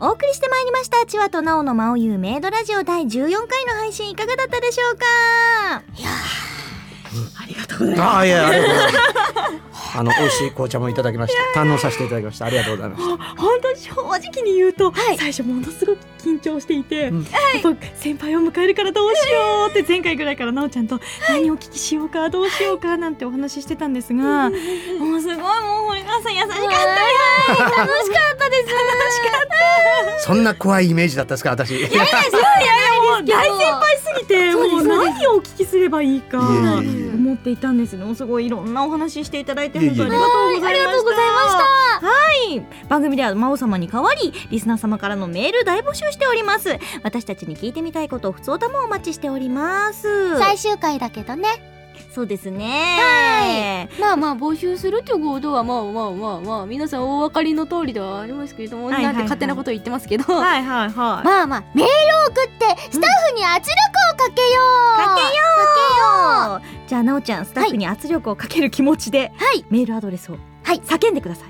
Speaker 3: お送りしてまいりました「千和となおのまおゆうメイドラジオ」第14回の配信いかがだったでしょうかいや
Speaker 11: ああ、いや、ありがとうございます。 あの、美味しい紅茶もいただきました。堪能させていただきました。ありがとうございまし
Speaker 3: 本当に正直に言うと、最初ものすごく緊張していて、あと先輩を迎えるからどうしようって前回ぐらいからなおちゃんと何をお聞きしようかどうしようかなんてお話ししてたんですが、もうすごいもう堀川さん優しかった
Speaker 2: はい楽し
Speaker 3: よ
Speaker 2: かったです
Speaker 11: た。そんな怖いイメージだったですか、 私。いやいや
Speaker 3: そういやいやもう大先輩すぎてもう何をお聞きすればいいか思っていたんですねすごいいろんなお話ししていただいて
Speaker 11: いえいえ
Speaker 3: 本当にありがとうございましたはい番組では真央様に代わりリスナー様からのメール大募集しております私たちに聞いてみたいことを普通歌もお待ちしております
Speaker 10: 最終回だけどね。
Speaker 3: そうですね
Speaker 2: まあまあ募集するっていうことはまあまあまあまあ皆さんお分かりの通りではありますけれども、
Speaker 10: はいはいはい
Speaker 2: なんて勝手なことを言ってますけど、
Speaker 3: はいはいはい
Speaker 2: まあまあ
Speaker 10: メールを送って、スタッフに圧力をかけよう、
Speaker 3: かけよ
Speaker 10: う
Speaker 3: うじゃあなおちゃんスタッフに圧力をかける気持ちで、メールアドレスを、はい、叫んでください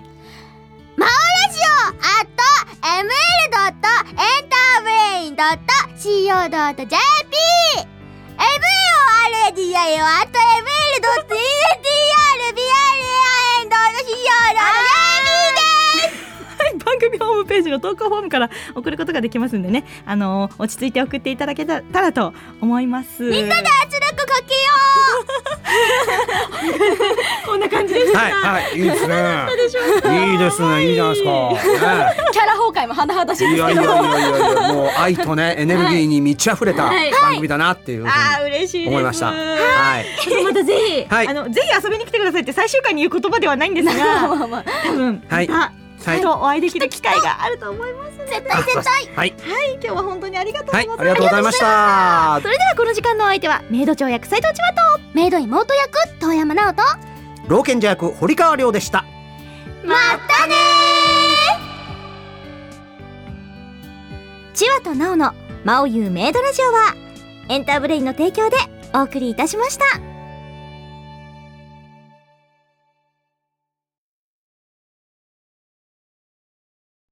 Speaker 10: マオラジオ at ml.enterbrain.co.jp MAORADIO at ml.entrbrin.co.jp です
Speaker 3: はい番組ホームページの投稿フォームから送ることができますんでねあのー落ち着いて送っていただけたらと思います
Speaker 10: みんなで圧力かけよ
Speaker 3: こんな感じでした、
Speaker 11: はいはいいいですね
Speaker 3: どうでしょうか
Speaker 11: いいですね。いいじゃないですか。ね
Speaker 2: キャラ崩壊も甚 だしい
Speaker 11: い
Speaker 2: です
Speaker 11: や
Speaker 2: け
Speaker 11: い
Speaker 2: ど
Speaker 11: やいやいやいやもう愛とねエネルギーに満ち溢れた
Speaker 3: はい
Speaker 11: 番組だなっていうふうに
Speaker 3: あー嬉しいです
Speaker 11: 思いましたはい
Speaker 3: ちょっとまたぜひ、
Speaker 11: はい
Speaker 3: あのぜひ遊びに来てくださいって最終回に言う言葉ではないんですが
Speaker 2: まあまあ
Speaker 3: 多分
Speaker 11: はい
Speaker 3: また
Speaker 11: は
Speaker 3: き
Speaker 11: い
Speaker 3: っとお会いできる機会があると思います絶対
Speaker 11: 絶対はい
Speaker 3: はい今日は本当にありがとうございました、
Speaker 11: はいありがとうございました
Speaker 3: ありがとうございまそれではこの時間のお相手はメイド長役斉藤千葉と
Speaker 10: メイド妹役遠山直人
Speaker 11: 老賢者役堀川亮でした
Speaker 10: またね
Speaker 1: チワとナオの「まおゆうメイドラジオは」エンターブレインの提供でお送りいたしました。